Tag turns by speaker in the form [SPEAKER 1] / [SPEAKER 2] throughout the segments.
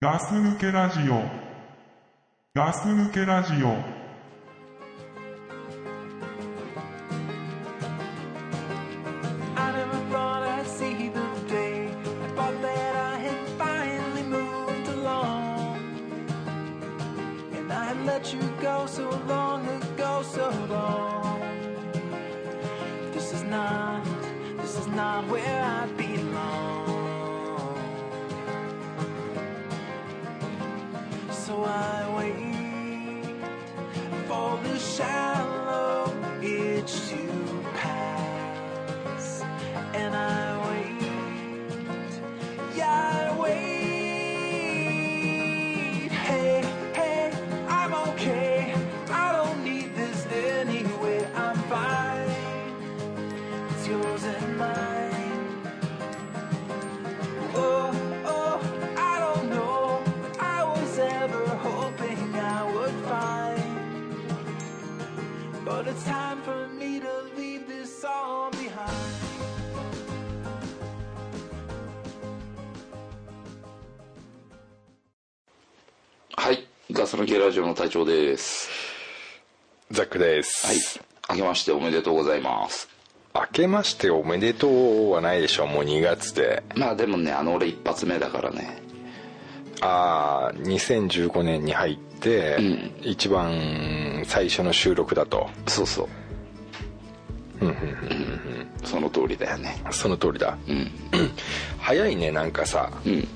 [SPEAKER 1] ガス抜けラジオ。ガス抜けラジオ。
[SPEAKER 2] I never thought I'd see the day. I thought that I had finally moved along. And I had let you go so long ago, so long. This is not, this is not where I belong. So I wait for the shallow itch to pass and I wait. Yeah, I wait. Hey, hey, I'm okay. I don't need this anyway. I'm fine. It's yours and mine. Oh, oh, I don't know. I was ever hoping I would find. But it's time for me to leave this all behind.
[SPEAKER 3] はい。ガス抜けラジオの隊長です。
[SPEAKER 4] ザックで
[SPEAKER 3] はい
[SPEAKER 4] す。。
[SPEAKER 3] 明けましておめでとうございます。
[SPEAKER 4] 明けましておめでとうはないでしょう。もう2月で。
[SPEAKER 3] まあでもね、あの俺一発目だからね。
[SPEAKER 4] ああ、2015年に入って、
[SPEAKER 3] ん
[SPEAKER 4] 一番最初の収録だと。
[SPEAKER 3] そうそう。うんその通りだよね。
[SPEAKER 4] その通りだ。
[SPEAKER 3] うん。
[SPEAKER 4] 早いね、なんかさ。
[SPEAKER 3] うん。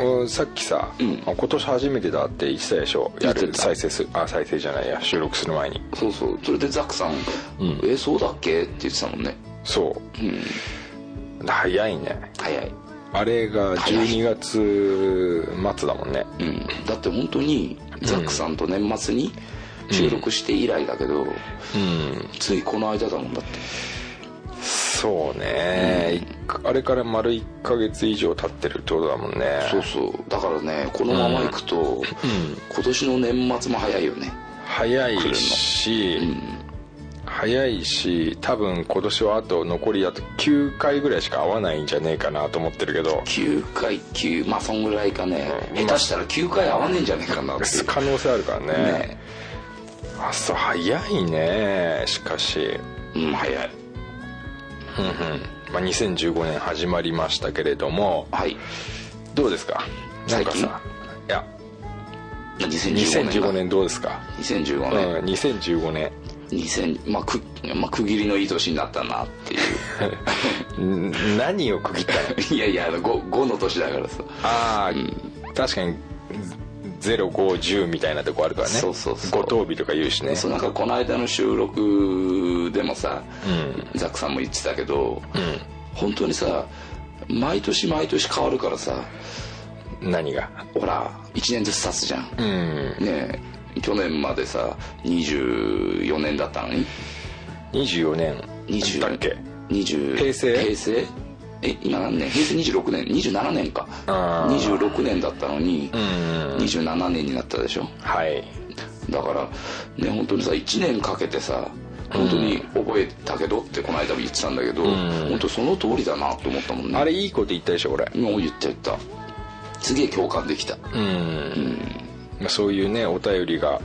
[SPEAKER 4] うんさっきさ、
[SPEAKER 3] ん
[SPEAKER 4] あ今年初めてだって言ってたでしょ。や
[SPEAKER 3] 言って
[SPEAKER 4] る
[SPEAKER 3] た
[SPEAKER 4] 再生す、あ、再生じゃないや、収録する前に。
[SPEAKER 3] そうそう。それでザックさん、え、そうだっけって言ってたもんね。
[SPEAKER 4] そ
[SPEAKER 3] う
[SPEAKER 4] う。
[SPEAKER 3] ん。
[SPEAKER 4] 早いね。
[SPEAKER 3] 早い。
[SPEAKER 4] あれが12月末だもんね。
[SPEAKER 3] うん。だって本当に、ザックさんと年末に収録して以来だけど、
[SPEAKER 4] うん。
[SPEAKER 3] ついこの間だもんだって。
[SPEAKER 4] そうね、いあれから丸1ヶ月以上経ってるってことだもんね
[SPEAKER 3] そうそう。だからね、このまま行くと、今年の年末も早いよね。
[SPEAKER 4] 早いし、早いし多分今年はあと残りあと9回ぐらいしか会わないんじゃねえかなと思ってるけど
[SPEAKER 3] 9回9まあそんぐらいかね、
[SPEAKER 4] うん
[SPEAKER 3] 下手したら9回合わねえんじゃねえかなっていう
[SPEAKER 4] 可能性あるからね
[SPEAKER 3] ね
[SPEAKER 4] 朝早いねしかし、
[SPEAKER 3] うん早い
[SPEAKER 4] まあ、2015年始まりましたけれども
[SPEAKER 3] はい
[SPEAKER 4] どうですかなんか
[SPEAKER 3] 最近
[SPEAKER 4] さいや
[SPEAKER 3] 2015
[SPEAKER 4] 2015
[SPEAKER 3] 年
[SPEAKER 4] 年どうですか、
[SPEAKER 3] 2015
[SPEAKER 4] うん
[SPEAKER 3] 年、
[SPEAKER 4] 2015年
[SPEAKER 3] 2000まあく、まあ、区切りのいい年になったなってい
[SPEAKER 4] ん何を区切ったの
[SPEAKER 3] ういやいやあの 5, 5の年だからさ、
[SPEAKER 4] ああ、確かに0510みたいなとこあるからね
[SPEAKER 3] そうそうそう
[SPEAKER 4] ご当日とか言うしね
[SPEAKER 3] そうなんかこの間の収録でもさ、ザックさんも言ってたけど、本当にさ毎年毎年変わるからさ
[SPEAKER 4] 何が
[SPEAKER 3] ほら1年ずつ経つじゃん
[SPEAKER 4] うん
[SPEAKER 3] ねえ去年までさ24年だったのに
[SPEAKER 4] 24年
[SPEAKER 3] 20
[SPEAKER 4] だっけ
[SPEAKER 3] 20
[SPEAKER 4] 平成
[SPEAKER 3] 平成え今何年平成26年27年か
[SPEAKER 4] あー
[SPEAKER 3] 26年だったのに、27年になったでしょ
[SPEAKER 4] はい
[SPEAKER 3] だからね本当にさ1年かけてさ本当に覚えたけどってこの間も言ってたんだけど、本当その通りだなと思ったもんね
[SPEAKER 4] あれいいこと言ったでしょ俺
[SPEAKER 3] もう言った言ったすげえ共感で きた
[SPEAKER 4] まあそういうねお便りが、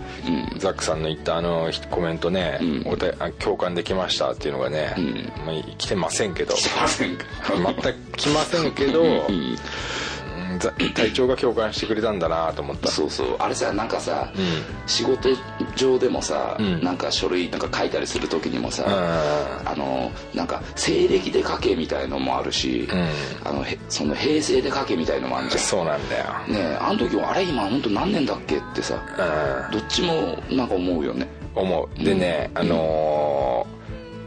[SPEAKER 4] ザックさんの言ったあのコメントね、おたあ共感できましたっていうのがね、まあ来てませんけど
[SPEAKER 3] すいませんか
[SPEAKER 4] 全く来ませんけど、うんザ隊長が共感してくれたんだなと思った
[SPEAKER 3] そうそうあれさなんかさ、仕事上でもさ、なんか書類なんか書いたりする時にもさ、あのなんか西暦で書けみたいのもあるし、あのへその平成で書けみたいのもあるじゃん
[SPEAKER 4] そうなんだよ
[SPEAKER 3] ねえあの時もあれ今本当何年だっけってさ、どっちもなんか思うよね
[SPEAKER 4] 思うでね、あの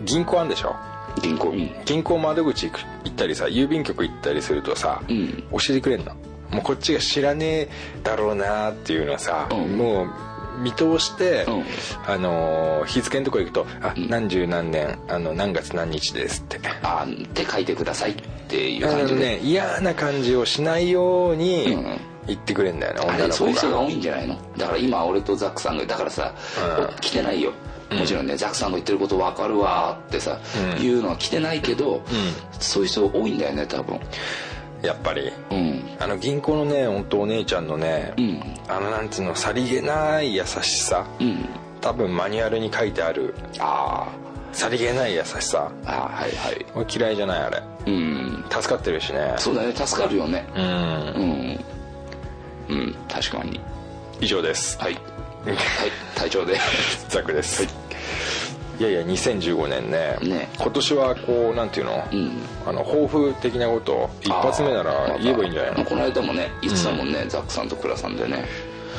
[SPEAKER 4] ー銀行あんでしょ
[SPEAKER 3] 銀行うん
[SPEAKER 4] 銀行窓口行く行ったりさ郵便局行ったりするとさ、
[SPEAKER 3] ん
[SPEAKER 4] 教えてくれんのもうこっちが知らねえだろうなっていうのはさ、
[SPEAKER 3] うん
[SPEAKER 4] もう見通して、
[SPEAKER 3] うん
[SPEAKER 4] あのー日付のとこ行くと「あ何十何年あの何月何日です」って
[SPEAKER 3] あーって書いてくださいっていう
[SPEAKER 4] あ
[SPEAKER 3] 感
[SPEAKER 4] の
[SPEAKER 3] じで、
[SPEAKER 4] ね嫌な感じをしないように
[SPEAKER 3] うん
[SPEAKER 4] 言ってくれんだよね、
[SPEAKER 3] あ
[SPEAKER 4] 女
[SPEAKER 3] れ
[SPEAKER 4] の
[SPEAKER 3] そういう人
[SPEAKER 4] 子
[SPEAKER 3] が
[SPEAKER 4] が
[SPEAKER 3] 多いんじゃないのだから今俺とザックさんがだからさ、
[SPEAKER 4] うん
[SPEAKER 3] 来てないよもちろんね、ザックさんが言ってること分かるわーってさ、言うのは来てないけど、そういう人多いんだよね多分
[SPEAKER 4] やっぱり
[SPEAKER 3] うん
[SPEAKER 4] あの銀行のね本当お姉ちゃんのね、うん、あのなんつうのさりげない優しさ、うん、多分マニュアルに書いてあるあさりげない優しさ
[SPEAKER 3] あはいはい
[SPEAKER 4] 俺嫌いじゃないあれうん助かってるしね
[SPEAKER 3] そうだね助かるよねうんうん、うん、確かに
[SPEAKER 4] 以上です
[SPEAKER 3] はいはい隊長です
[SPEAKER 4] ザクです、はいいやいや2015年ね、ね、今年はこうなんていうの,うん、あの抱負的なこと 一発目なら言えばいいんじゃないの
[SPEAKER 3] この間もね言ってたもんね、うん、ザックさんとクラさんでね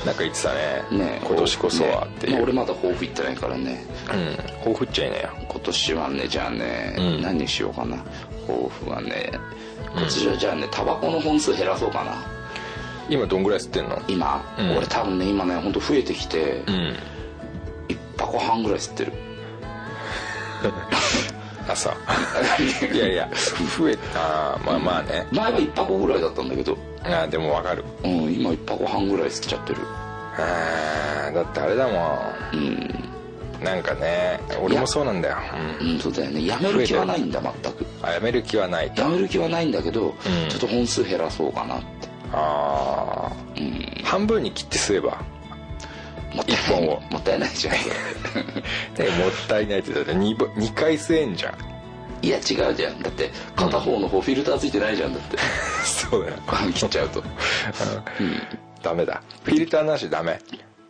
[SPEAKER 4] なんか言ってたね、ね、今年こそはっていう、ね、
[SPEAKER 3] まあ、俺まだ抱負言ってないからね
[SPEAKER 4] うん抱負っちゃいなよ
[SPEAKER 3] 今年はねじゃあね、うん、何にしようかな抱負はね今年はじゃあねタバコの本数減らそうかな
[SPEAKER 4] 今どんぐらい吸ってんの
[SPEAKER 3] 今、俺多分ね今ね本当増えてきて、うん、1箱半ぐらい吸ってる
[SPEAKER 4] 朝 いやいや増えたまあまあね
[SPEAKER 3] 前は1箱ぐらいだったんだけど
[SPEAKER 4] あでもわかる
[SPEAKER 3] うん今1箱半ぐらい吸っちゃってる
[SPEAKER 4] あだってあれだもんうんなんかね俺もそうなんだよ
[SPEAKER 3] うん、そうだよねやめる気はないんだ全く
[SPEAKER 4] あやめる気はない
[SPEAKER 3] やめる気はないんだけど、うん、ちょっと本数減らそうかなって
[SPEAKER 4] ああ、うん、半分に切って吸えば
[SPEAKER 3] もったいないもったいない じゃんね、
[SPEAKER 4] もったいないってだって 2, 2回吸えんじゃん
[SPEAKER 3] いや違うじゃんだって片方の方フィルターついてないじゃんだ って
[SPEAKER 4] そうだよ
[SPEAKER 3] 切っちゃうと、
[SPEAKER 4] うん、ダメだフィルターなしダメ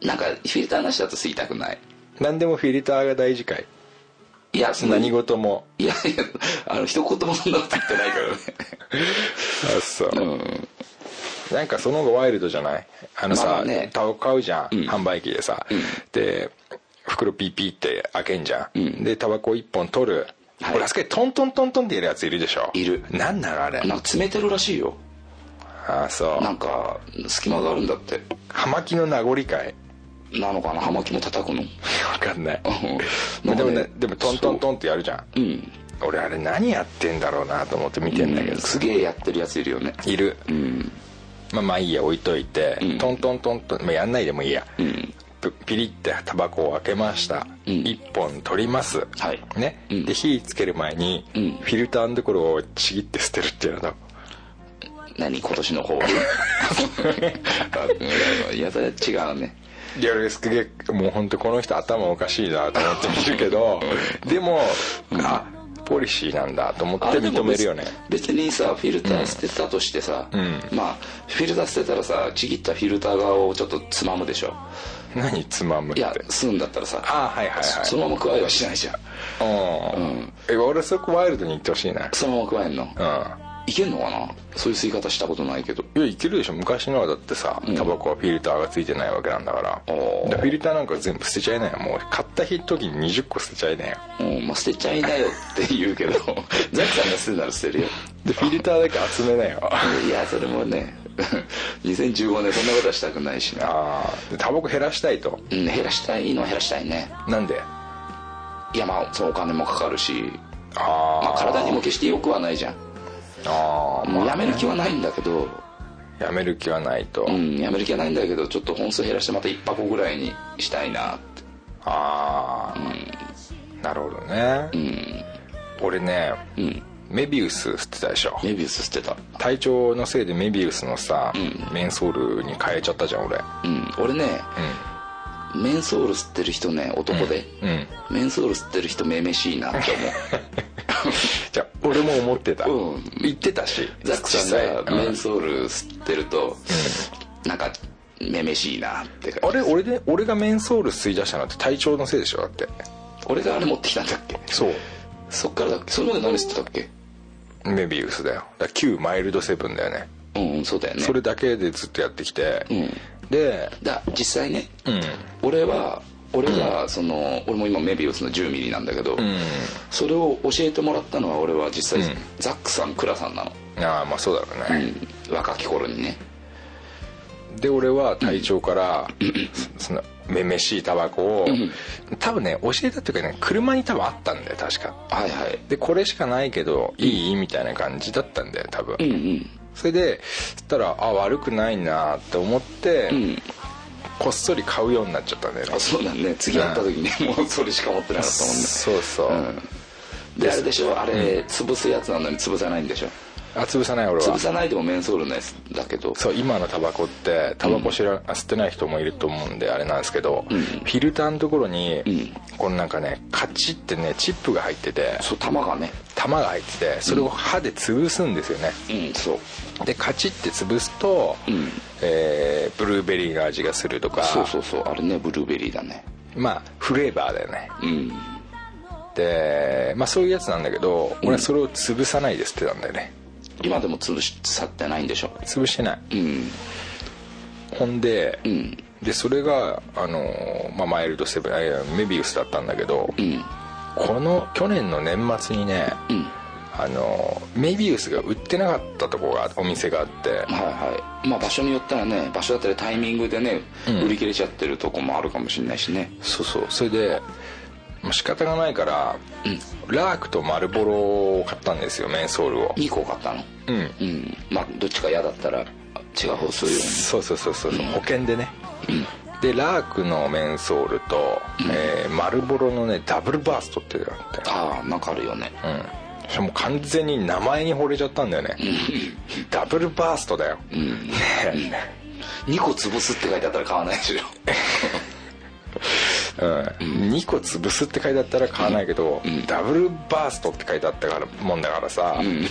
[SPEAKER 3] なんかフィルターなしだと吸いたくない
[SPEAKER 4] 何でもフィルターが大事かい
[SPEAKER 3] いや
[SPEAKER 4] そ何事も
[SPEAKER 3] いやいやあの一言もそんなこと言ってないからね
[SPEAKER 4] あそう、うんなんかその方がワイルドじゃないあのさ、ね、タバコ買うじゃん、うん、販売機でさ、うん、で袋ピーピーって開けんじゃん、うん、でタバコ1本取る、はい、俺あそこでトントントントンってやるやついるでしょ
[SPEAKER 3] いる
[SPEAKER 4] 何なのあれ
[SPEAKER 3] なんか詰めてるらしいよ
[SPEAKER 4] ああそう
[SPEAKER 3] なんか隙間があるんだって
[SPEAKER 4] 葉巻の名残かい
[SPEAKER 3] なのかな葉巻も叩くの
[SPEAKER 4] 分かんない でもねでもトントントンってやるじゃんうん俺あれ何やってんだろうなと思って見てんだけど、
[SPEAKER 3] すげえやってるやついるよね
[SPEAKER 4] いるうんまあまあいいや置いといて、うん、トントントンと、まあ、やんないでもいいや、うん、ピリってタバコを開けました、うん、1本取ります、はいね、うん、で火つける前に、フィルターのところをちぎって捨てるっていうの
[SPEAKER 3] 何今年の 方いやそれ違うね
[SPEAKER 4] いや俺すげえもう本当この人頭おかしいなと思って見るけど でも、うん、あポリシーなんだと思って認めるよね
[SPEAKER 3] 別にさフィルター捨てたとしてさ、うん、まあフィルター捨てたらさちぎったフィルター側をちょっとつまむでしょ
[SPEAKER 4] 何つまむって
[SPEAKER 3] いや吸うんだったらさ
[SPEAKER 4] あはいはいはい
[SPEAKER 3] そのまま加えはしないじゃん
[SPEAKER 4] うん、え俺そこワイルドにいってほしいな
[SPEAKER 3] そのまま加えんのうんいけんのかなそういう吸い方したことないけど
[SPEAKER 4] いやいけるでしょ昔のはだってさタバコはフィルターがついてないわけなんだから、うん、フィルターなんか全部捨てちゃいないよもう買った日時に20個捨てちゃいない
[SPEAKER 3] よ、うん、まあ、捨てちゃいなよって言う けどザキさんが捨てなら捨てるよ
[SPEAKER 4] でフィルターだけ集めな よ
[SPEAKER 3] いやそれもね 2015年そんなことはしたくないしな
[SPEAKER 4] ああタバコ減らしたいと、
[SPEAKER 3] うん、減らしたいの減らしたいね
[SPEAKER 4] なんで
[SPEAKER 3] いやまあそのお金もかかるしあ、まあ、体にも決してよくはないじゃんあもうやめる気はないんだけど
[SPEAKER 4] やめる気はないと
[SPEAKER 3] うんやめる気はないんだけどちょっと本数減らしてまた1箱ぐらいにしたいなって
[SPEAKER 4] ああ、うん、なるほどね、うん、俺ね、うん、メビウス捨てたでしょ
[SPEAKER 3] メビウス捨てた
[SPEAKER 4] 体調のせいでメビウスのさ、うん、メンソールに変えちゃったじゃん俺
[SPEAKER 3] うん俺ね、メンソール吸ってる人ね男で、メンソール吸ってる人めめしいなって思う
[SPEAKER 4] じゃ俺も思ってた、 うん、言ってたし
[SPEAKER 3] ザックさんがメンソール吸ってると、うん、なんかめめしいなって
[SPEAKER 4] あれ俺で俺がメンソール吸い出したのって体調のせいでしょだって
[SPEAKER 3] 俺があれ持ってきたんだっけ
[SPEAKER 4] そう
[SPEAKER 3] そっからだっけそれまで何吸ってたっけ
[SPEAKER 4] メビウスだよだ旧マイルドセブンだよね
[SPEAKER 3] うん、うん、そうだよね
[SPEAKER 4] それだけでずっとやってきて、うん、で
[SPEAKER 3] だ実際ね、うん、俺は俺がその、俺も今メビウスの10ミリなんだけど、うん、それを教えてもらったのは俺は実際、うん、ザックさんクラさんなの
[SPEAKER 4] ああまあそうだろうね、
[SPEAKER 3] うん、若き頃にね
[SPEAKER 4] で俺は隊長から、そのめめしいタバコを、多分ね教えたっていうかね車に多分あったんだよ確か
[SPEAKER 3] はいはい
[SPEAKER 4] でこれしかないけどいい、みたいな感じだったんだよ多分、うんうん、それでそしたらあ悪くないなって思って、こっそり買うようになっちゃったんだよね
[SPEAKER 3] そうだね次会った時に、ね、うん、もうそれしか持ってなかったもんね、
[SPEAKER 4] そうそう、うん
[SPEAKER 3] であれでしょあれ潰すやつなのに潰さないんでしょ
[SPEAKER 4] あ潰さない俺は
[SPEAKER 3] 潰さないでもメンソールのやつだけど
[SPEAKER 4] そう今のタバコってタバコ知ら、うん、吸ってない人もいると思うんであれなんですけど、うん、フィルターのところに、うん、このなんかねカチってねチップが入ってて
[SPEAKER 3] そう玉がね
[SPEAKER 4] 玉が入っててそれを歯で潰すんですよね
[SPEAKER 3] うん、そう
[SPEAKER 4] でカチって潰すと、えー、ブルーベリーの味がするとか
[SPEAKER 3] そうそうそうあれねブルーベリーだね
[SPEAKER 4] まあフレーバーだよね
[SPEAKER 3] うん
[SPEAKER 4] で、まあ、そういうやつなんだけど俺はそれを潰さないで捨てたんだよね、
[SPEAKER 3] 今でも潰し去ってないんでしょ
[SPEAKER 4] 潰してない、
[SPEAKER 3] うん、
[SPEAKER 4] ほんで,
[SPEAKER 3] うん、
[SPEAKER 4] でそれがあの、まあ、マイルドセブンメビウスだったんだけど、
[SPEAKER 3] うん、
[SPEAKER 4] この去年の年末にね、あのメビウスが売ってなかったとこがお店があってはい
[SPEAKER 3] はいまあ場所によったらね場所だったりタイミングでね、売り切れちゃってるとこもあるかもしれないしね
[SPEAKER 4] そうそうそれで仕方がないから、うん、ラークと丸ボロを買ったんですよメンソールを
[SPEAKER 3] 2個買ったの
[SPEAKER 4] うん、
[SPEAKER 3] うん、まあどっちか嫌だったら違う方するよね
[SPEAKER 4] そうそうそうそう、うん、保険でね、うん、でラークのメンソールと、うん、えー、丸ボロのねダブルバーストっていうのあって
[SPEAKER 3] ああなんかあるよね
[SPEAKER 4] うんしかも完全に名前に惚れちゃったんだよねダブルバーストだよ、
[SPEAKER 3] うん、ね2個潰すって書いてあったら買わないでしょ
[SPEAKER 4] うん、2個潰すって書いてあったら買わないけど、うん、ダブルバーストって書いてあったからもんだからさ、うん、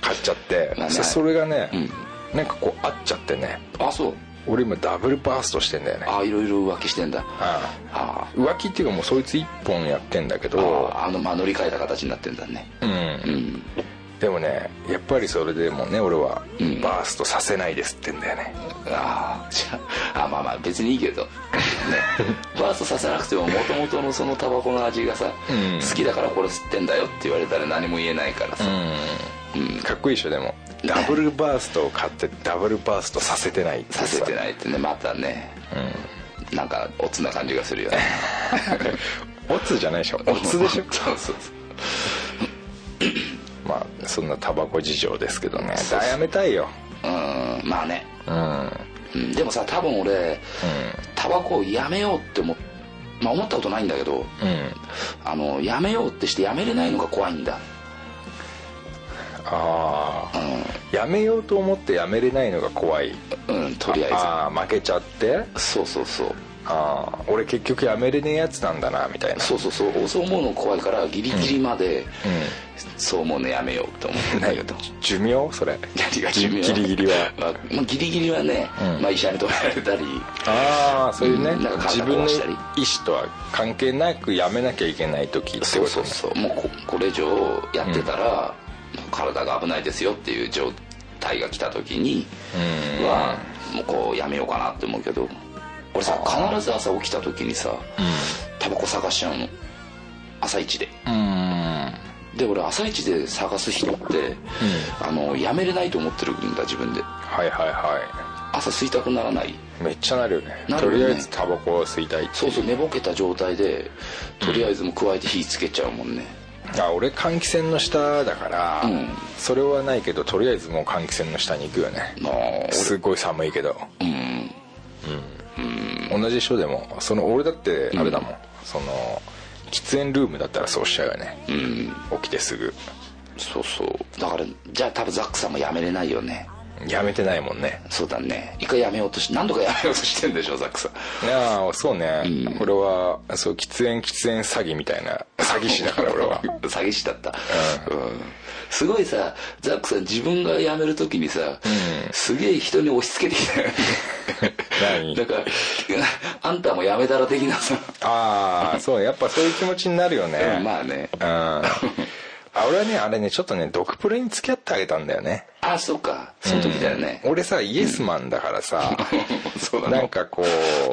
[SPEAKER 4] 買っちゃって、まあ、それがね、うん、なんかこう合っちゃってね
[SPEAKER 3] あそう
[SPEAKER 4] 俺今ダブルバーストしてんだよね
[SPEAKER 3] ああいろいろ浮気してんだ
[SPEAKER 4] あ
[SPEAKER 3] あ
[SPEAKER 4] 浮気っていうかもうそいつ1本やってんだけど
[SPEAKER 3] あのまあ乗り換えた形になってんだね
[SPEAKER 4] うん、でもねやっぱりそれでもね俺はバーストさせないですってんだよね、
[SPEAKER 3] うん、ああまあまあ別にいいけ ど、ね、バーストさせなくてももともとのそのタバコの味がさ、
[SPEAKER 4] うん、
[SPEAKER 3] 好きだからこれ吸ってんだよって言われたら何も言えないからさ、
[SPEAKER 4] うん、かっこいいでしょでもダブルバーストを買ってダブルバーストさせてないって
[SPEAKER 3] させてないってねまたね、うん、なんかオツな感じがす るよね
[SPEAKER 4] オツじゃない でしょオツでしょ
[SPEAKER 3] そうそうそう
[SPEAKER 4] まあそんなタバコ事情ですけどねそうやめたいよ
[SPEAKER 3] うんまあね、
[SPEAKER 4] うん
[SPEAKER 3] でもさ多分俺、うん、タバコをやめようって思,、まあ、思ったことないんだけど、うん、あのやめようってしてやめれないのが怖いんだ
[SPEAKER 4] あ
[SPEAKER 3] あ、
[SPEAKER 4] うん、やめようと思ってやめれないのが怖い
[SPEAKER 3] うんとりあえず
[SPEAKER 4] ああ負けちゃって
[SPEAKER 3] そうそうそう
[SPEAKER 4] ああ俺結局やめれねえやつなんだなみたいな
[SPEAKER 3] そうそうそうそう思うの怖いからギリギリまで、うん、そう思うのやめようと思ってない けど
[SPEAKER 4] 寿命それ
[SPEAKER 3] 寿命
[SPEAKER 4] ギリギリは、
[SPEAKER 3] まあ、 まあ、ギリギリはね、うん、まあ、医者に止められたり
[SPEAKER 4] ああそういうね、うん、なんか自分の意思とは関係なくやめなきゃいけない時ってこと、
[SPEAKER 3] ね、そうそうそうもうここれ以上やってたら、体が危ないですよっていう状態が来た時には、もうこうやめようかなって思うけど俺さ必ず朝起きた時にさ、うん、タバコ探しちゃうの朝一でで俺朝一で探す人って、うん、あのやめれないと思ってるんだ自分で
[SPEAKER 4] はいはいはい
[SPEAKER 3] 朝吸いたくならない
[SPEAKER 4] めっちゃなるよね、ね、とりあえずタバコを吸いたい
[SPEAKER 3] そうそう寝ぼけた状態でとりあえずもう加えて火つけちゃうもんね、
[SPEAKER 4] うん、あ俺換気扇の下だから、うん、それはないけどとりあえずもう換気扇の下に行くよねすごい寒いけど、
[SPEAKER 3] うん、うん
[SPEAKER 4] うん、同じ人でもその俺だってあれだもん、うん、その喫煙ルームだったらそうしちゃうよね、
[SPEAKER 3] うん、
[SPEAKER 4] 起きてすぐ
[SPEAKER 3] そうそうだからじゃあ多分ザックさんもやめれないよね
[SPEAKER 4] やめてないもんね
[SPEAKER 3] そうだね一回やめようとし何度かやめようとしてんでしょザックさん
[SPEAKER 4] ああそうね、うん、俺はそう喫煙喫煙詐欺みたいな詐欺師だから俺は
[SPEAKER 3] 詐欺師だった、うん、うん、すごいさザックさん自分が辞める時にさ、うん、すげえ人に押し付けてきたよね
[SPEAKER 4] 何
[SPEAKER 3] だからあんたも辞めたら的なさ
[SPEAKER 4] ああそうやっぱそういう気持ちになるよね、
[SPEAKER 3] まあね
[SPEAKER 4] うんあ俺はねあれねちょっとねドクプレに付き合ってあげたんだよね
[SPEAKER 3] あそっかその時だよね、
[SPEAKER 4] うん、俺さイエスマンだからさ、
[SPEAKER 3] うん、
[SPEAKER 4] なんかこ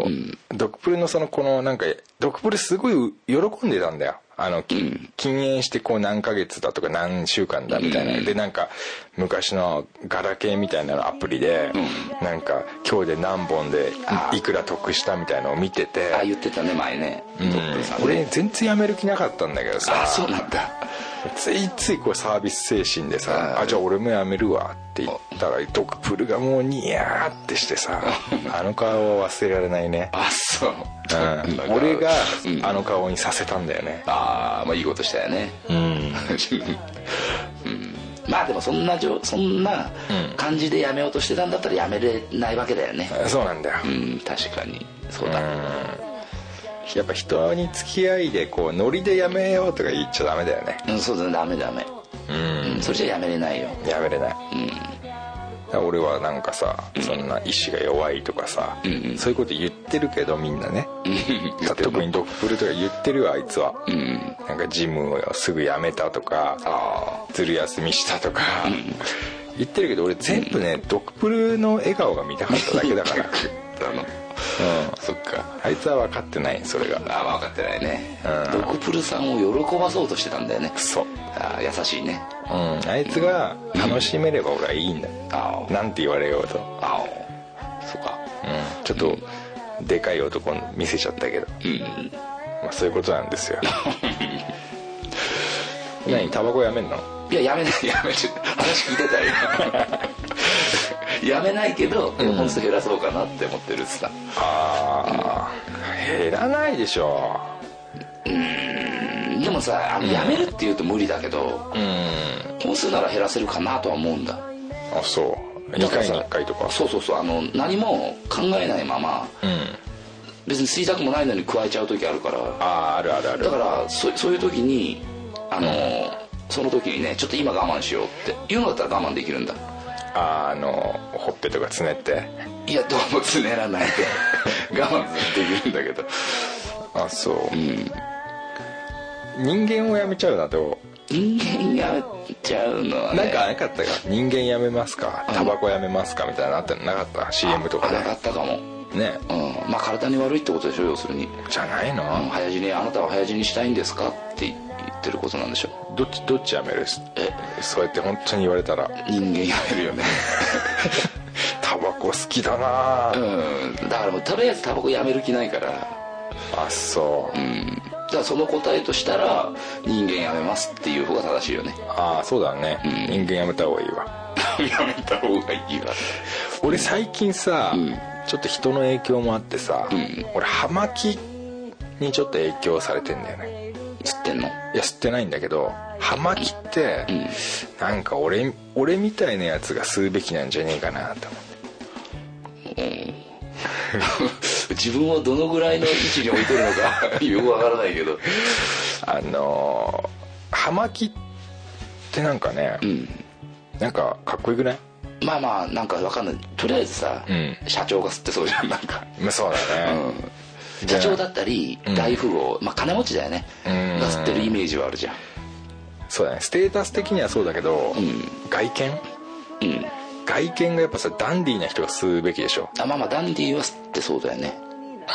[SPEAKER 4] う、うん、ドクプレのそのこのなんかドクプレすごい喜んでたんだよあの、うん、禁煙してこう何ヶ月だとか何週間だみたいな、うん、でなんか昔のガラケーみたいなのアプリで、うん、なんか今日で何本でいくら得したみたいのを見てて
[SPEAKER 3] あ言ってたね前ね、
[SPEAKER 4] うん、俺全然やめる気なかったんだけどさ
[SPEAKER 3] あそうなんだ
[SPEAKER 4] ついついこうサービス精神でさ「あじゃあ俺もやめるわ」って言ったらドクプルがもうニヤーってしてさあの顔は忘れられないね
[SPEAKER 3] あそう、
[SPEAKER 4] うん、俺があの顔にさせたんだよね、
[SPEAKER 3] ああまあいいことしたよね
[SPEAKER 4] うん、
[SPEAKER 3] うんまあでもそんなじょそんな感じでやめようとしてたんだったらやめれないわけだよね、
[SPEAKER 4] うん、そうなんだよ
[SPEAKER 3] うん確かにそうだ
[SPEAKER 4] やっぱ人に付き合いでこうノリでやめようとか言っちゃダメだよね
[SPEAKER 3] うんそうだねダメダメうん、それじゃやめれないよ
[SPEAKER 4] やめれない、うん、俺はなんかさ、うん、そんな意志が弱いとかさ、うんうん、そういうこと言ってるけどみんなね特にドップルとか言ってるよあいつは、うん、なんかジムをすぐやめたとかずる休みしたとか、言ってるけど俺全部ね、ドップルの笑顔が見たかっただけだから
[SPEAKER 3] うん、そっか
[SPEAKER 4] あいつは分かってないそれが
[SPEAKER 3] あ分かってないね、うん、ドクプルさんを喜ばそうとしてたんだよね
[SPEAKER 4] クソ
[SPEAKER 3] あ優しいね
[SPEAKER 4] うんあいつが楽しめれば俺はいいんだ、うん、なんて言われようと
[SPEAKER 3] ああそっか
[SPEAKER 4] うんちょっと、うん、でかい男見せちゃったけどうん、まあ、そういうことなんです よ何タバコやめんの
[SPEAKER 3] いややめない やめる話聞いて たよやめないけど、うん、本数減らそうかなって思ってるっつった
[SPEAKER 4] ああ、うん、減らないでしょ
[SPEAKER 3] うんでもさあの、うん、やめるっていうと無理だけど、うん、本数なら減らせるかなとは思うんだ
[SPEAKER 4] あそう2回に1回とか
[SPEAKER 3] そうそうそうあの何も考えないまま、別に吸いたくもないのに加えちゃう時あるから
[SPEAKER 4] あああるあるある
[SPEAKER 3] だからそそういう時にあの、その時にねちょっと今我慢しようっていうのだったら我慢できるんだ
[SPEAKER 4] あ,あのほっぺとかつねって
[SPEAKER 3] いやどうもつねら ないで我慢できるんだけど
[SPEAKER 4] あそう、うん、人間をやめちゃうなど
[SPEAKER 3] う人間やめちゃうのは、ね、
[SPEAKER 4] なんかなかったか人間やめますかタバコやめますかみたいなあったなかった CM とかで
[SPEAKER 3] なかったかも
[SPEAKER 4] ね
[SPEAKER 3] うん、まあ体に悪いってことでしょ要するに
[SPEAKER 4] じゃないの、
[SPEAKER 3] うん、早死にあなたは早死にしたいんですかって言ってることなんでしょ
[SPEAKER 4] どっちどっちやめるえそうやって本当に言われたら
[SPEAKER 3] 人間やめるよね
[SPEAKER 4] タバコ好きだな
[SPEAKER 3] うんだからもうとりあえずタバコやめる気ないから
[SPEAKER 4] あそう
[SPEAKER 3] うんだからその答えとしたら人間やめますっていう方が正しいよね
[SPEAKER 4] ああそうだね、うん、人間やめた方がいいわ
[SPEAKER 3] やめた方がいいわ
[SPEAKER 4] 俺最近さ、うん、ちょっと人の影響もあってさ、うん、俺葉巻にちょっと影響されてんだよね
[SPEAKER 3] 吸ってんのい
[SPEAKER 4] や吸ってないんだけど葉巻って、うん、なんか俺俺みたいなやつが吸うべきなんじゃねえかなと思って、
[SPEAKER 3] うん、自分をどのぐらいの位置に置いてるの かよくわからないけど
[SPEAKER 4] あのー、葉巻ってなんかね、うん、なんかかっこよくない
[SPEAKER 3] まあまあなんかわかんないとりあえずさ、うん、社長が吸ってそうじゃんなんか、
[SPEAKER 4] まあ、そうだね、うん
[SPEAKER 3] 社長だったり大富豪、うん、まあ、金持ちだよねが吸ってるイメージはあるじゃん
[SPEAKER 4] そうだねステータス的にはそうだけど、うん、外見、うん、外見がやっぱさダンディーな人が吸うべきでしょ
[SPEAKER 3] あまあまあダンディーは吸ってそうだよね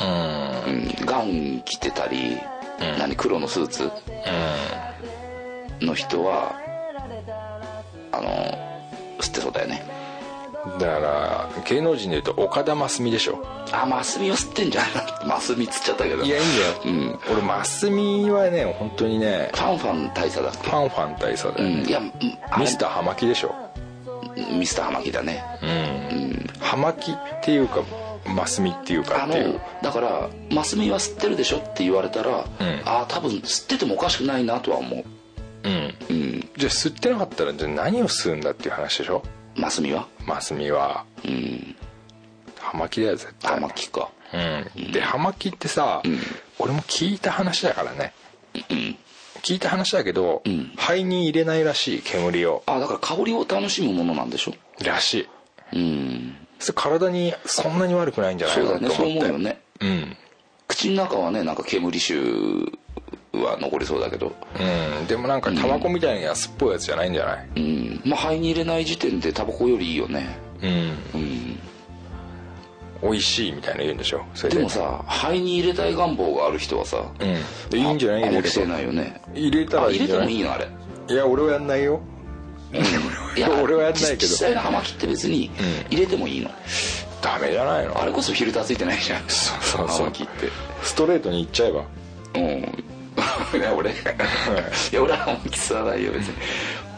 [SPEAKER 3] うんガウン着てたり、何黒のスーツの人はあの吸ってそうだよね
[SPEAKER 4] だから芸能人でいうと岡田真澄でしょ
[SPEAKER 3] あマスミを吸ってんじゃんマスミつっちゃったけど
[SPEAKER 4] いやいいんだよ、うん、俺マスミはね本当にね
[SPEAKER 3] ファンファン大佐だ
[SPEAKER 4] ファンファン大佐だよ、ね、うん、いやミスター葉巻でしょ
[SPEAKER 3] ミスター葉巻だね
[SPEAKER 4] うん、うん、葉巻っていうかマスミっていうかっていう
[SPEAKER 3] だからマスミは吸ってるでしょって言われたら、うん、ああ多分吸っててもおかしくないなとは思う
[SPEAKER 4] うん、うん、じゃあ吸ってなかったらじゃあ何を吸うんだっていう話でしょ
[SPEAKER 3] マスミは
[SPEAKER 4] マスミはうん葉巻だよ絶対
[SPEAKER 3] 葉巻か
[SPEAKER 4] うんで葉巻ってさ、うん、俺も聞いた話だからね、うん、聞いた話だけど、うん、肺に入れないらしい煙を
[SPEAKER 3] あだから香りを楽しむものなんでしょ
[SPEAKER 4] らしいうんそれ体にそんなに悪くないんじゃないかなと思ってそうだねそう思うよね
[SPEAKER 3] うん口の中はねなんか煙臭は残りそうだけど
[SPEAKER 4] うんでもなんかタバコみたいな安っぽいやつじゃないんじゃない
[SPEAKER 3] うん、まあ、肺に入れない時点でタバコよりいいよねうん、うん、
[SPEAKER 4] 美味しいみたいな言うんでしょ
[SPEAKER 3] ででもさ肺に入れたい願望がある人はさ、
[SPEAKER 4] うん、いいんじゃない
[SPEAKER 3] 入れてないよね
[SPEAKER 4] 入れたら
[SPEAKER 3] いい入れてもいいのあれ
[SPEAKER 4] いや俺はやんないよ、うん、いや 俺はやんないけど実
[SPEAKER 3] 際の葉巻って別に入れてもいいの、うん
[SPEAKER 4] ダメじゃないの
[SPEAKER 3] あれこそフィルターついてないじゃん
[SPEAKER 4] そうそう
[SPEAKER 3] そうって
[SPEAKER 4] ストレートにいっちゃえば
[SPEAKER 3] うん いや俺いや俺は本気吸わないよ別に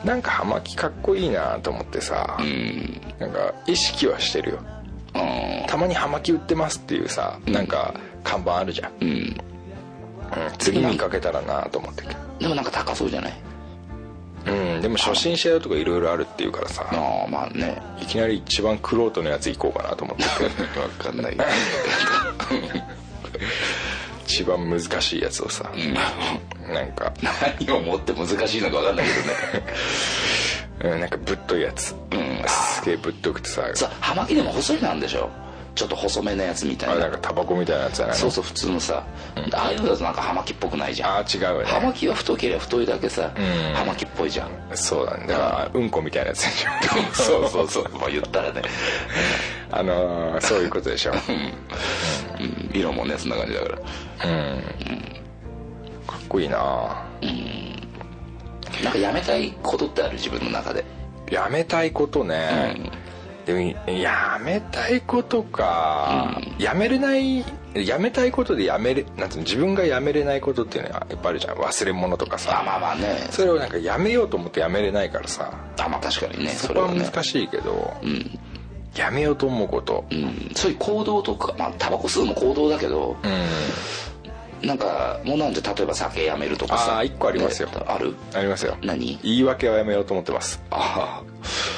[SPEAKER 4] なんか葉巻かっこいいなと思ってさ、うん、なんか意識はしてるよ、うん、たまに葉巻売ってますっていうさ、うん、なんか看板あるじゃん、うん、うん、次見かけたらなと思って
[SPEAKER 3] でもなんか高そうじゃない
[SPEAKER 4] うんでも初心者用とかいろいろあるっていうからさ
[SPEAKER 3] ああまあね
[SPEAKER 4] いきなり一番クロートのやつ行こうかなと 思って
[SPEAKER 3] 分かんない
[SPEAKER 4] 一番難しいやつをさ、うん、なんか
[SPEAKER 3] 何をもって難しいのか分かんないけどね
[SPEAKER 4] うん、なんかぶっといやつ、うん、すげえぶっとくてさ
[SPEAKER 3] さ葉巻でも細いなんでしょちょっと細めのやつみたいなあ
[SPEAKER 4] なんかタバコみたいなやつじゃない
[SPEAKER 3] そうそう普通のさ、うん、ああいうのだとなんか葉巻っぽくないじゃん
[SPEAKER 4] ああ違うよね
[SPEAKER 3] 葉巻は太ければ太いだけさ、うん、葉巻っぽいじゃん
[SPEAKER 4] そうなんだからうんこみたいなやつで しょ
[SPEAKER 3] そうそうそうもう言ったらね
[SPEAKER 4] あのー、そういうことでしょ、
[SPEAKER 3] うん、色もねそんな感じだからうん、
[SPEAKER 4] かっこいいなうん
[SPEAKER 3] なんかやめたいことってある自分の中で
[SPEAKER 4] やめたいことね、うん、でもやめたいことか、うん、やめれないやめたいことでやめれなんてうの自分がやめれないことっていうのはやっぱあるじゃん忘れ物とかさ
[SPEAKER 3] あまあまあね
[SPEAKER 4] それをなんかやめようと思ってやめれないからさ
[SPEAKER 3] あまあ確かにね
[SPEAKER 4] それは難しいけど、ね、うんやめようと思うこと、
[SPEAKER 3] うん、そういう行動とかまあタバコ吸うも行動だけど、うんなんかもうなんで例えば酒やめるとかさ
[SPEAKER 4] あ1個ありますよ、
[SPEAKER 3] ね、ある
[SPEAKER 4] ありますよ
[SPEAKER 3] 何
[SPEAKER 4] 言い訳はやめようと思ってますああ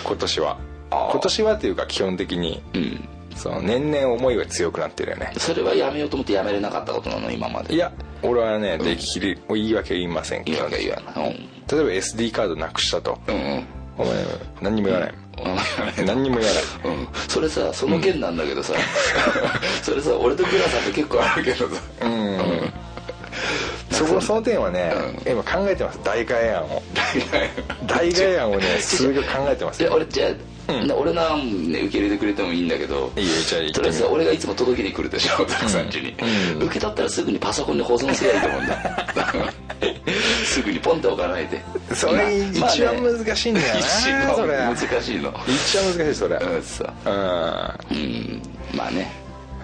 [SPEAKER 4] 今年は今年はというか基本的に、うん、その年々思いは強くなってるよね
[SPEAKER 3] それはやめようと思ってやめれなかったことなの今まで
[SPEAKER 4] いや俺はね、うん、できる言い訳は言いません
[SPEAKER 3] 言い訳は言わない、うん、例
[SPEAKER 4] えば SD カードなくしたと、うん、お前何にも言わない、何にも言わ
[SPEAKER 3] ない、うん、 それさその件なんだけどさ、 それさ俺とグラさんって結構あるけどさうん、
[SPEAKER 4] そこその点はね、今考えてます大概案を 大概案を ね数学考えてます
[SPEAKER 3] いや俺じゃあ、俺の案、ね、受け入れてくれてもいいんだけど
[SPEAKER 4] いいよじゃあ
[SPEAKER 3] とりあえず俺がいつも届けに来るでしょたくさんちに、受け取ったらすぐにパソコンに保存すればいいと思うん だすぐにポンと置かないで
[SPEAKER 4] それ一番難しいんだよな、それ
[SPEAKER 3] 難しいの
[SPEAKER 4] 一番難しいそれ
[SPEAKER 3] うんそううんまあね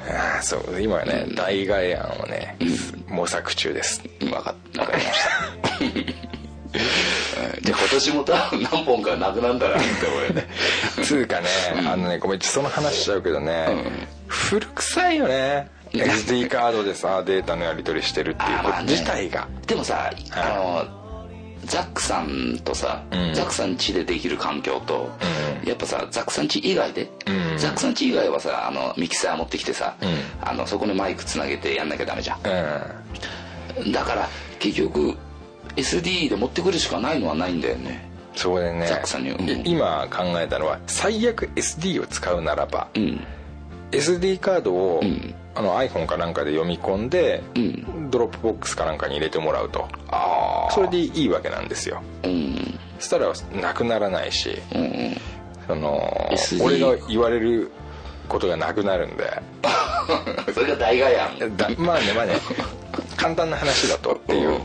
[SPEAKER 4] ああそう今ね、うん、代替案をね、うん、模索中です
[SPEAKER 3] 分か分かりました じゃあ今年も多分何本かなくなんだなって思うね
[SPEAKER 4] つうかね、あのねごめんその話しちゃうけどね、うん、古臭いよね SD カードでさデータのやり取りしてるっていうこと自体が、ね、
[SPEAKER 3] でもさあのザックさんとさ、うん、ザックさん家でできる環境と、うん、やっぱさザックさん家以外で、うん、ザックさん家以外はさあのミキサー持ってきてさ、あのそこにマイクつなげてやんなきゃダメじゃん、だから結局 SD で持ってくるしかないのはないんだよね
[SPEAKER 4] そこでね、
[SPEAKER 3] ザックさんに、うん
[SPEAKER 4] 今考えたのは最悪 SD を使うならば、SD カードを、あの iPhone かなんかで読み込んで、うん、ドロップボックスかなんかに入れてもらうとそれでいいわけなんですよ、うん、そしたらなくならないし、うん、 その俺が言われることがなくなるんで
[SPEAKER 3] それが大概や ん
[SPEAKER 4] だまあねまあね簡単な話だとっていう、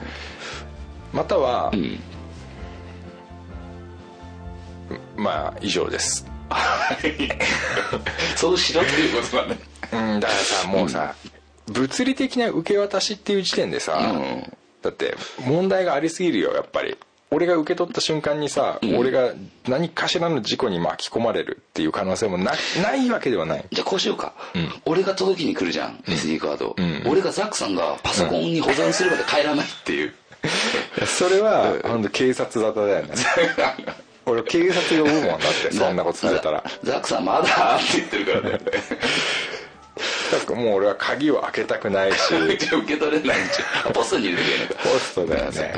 [SPEAKER 4] または、まあ以上です
[SPEAKER 3] そうしろっていうことだね
[SPEAKER 4] うんだからさもうさ、うん、物理的な受け渡しっていう時点でさ、うん、だって問題がありすぎるよやっぱり俺が受け取った瞬間にさ、うん、俺が何かしらの事故に巻き込まれるっていう可能性もなないわけではない
[SPEAKER 3] じゃあこうしようか、俺が届きに来るじゃん SD カード、俺がザックさんがパソコンに保存するまで帰らないっていう、
[SPEAKER 4] それは本当警察沙汰だ よね俺警察呼ぶもんだってそんなことされたら
[SPEAKER 3] ザックさんまだって言ってるからね
[SPEAKER 4] もう俺は鍵を開けたくない し
[SPEAKER 3] 受け取れないポストに入れて
[SPEAKER 4] くれポストだよね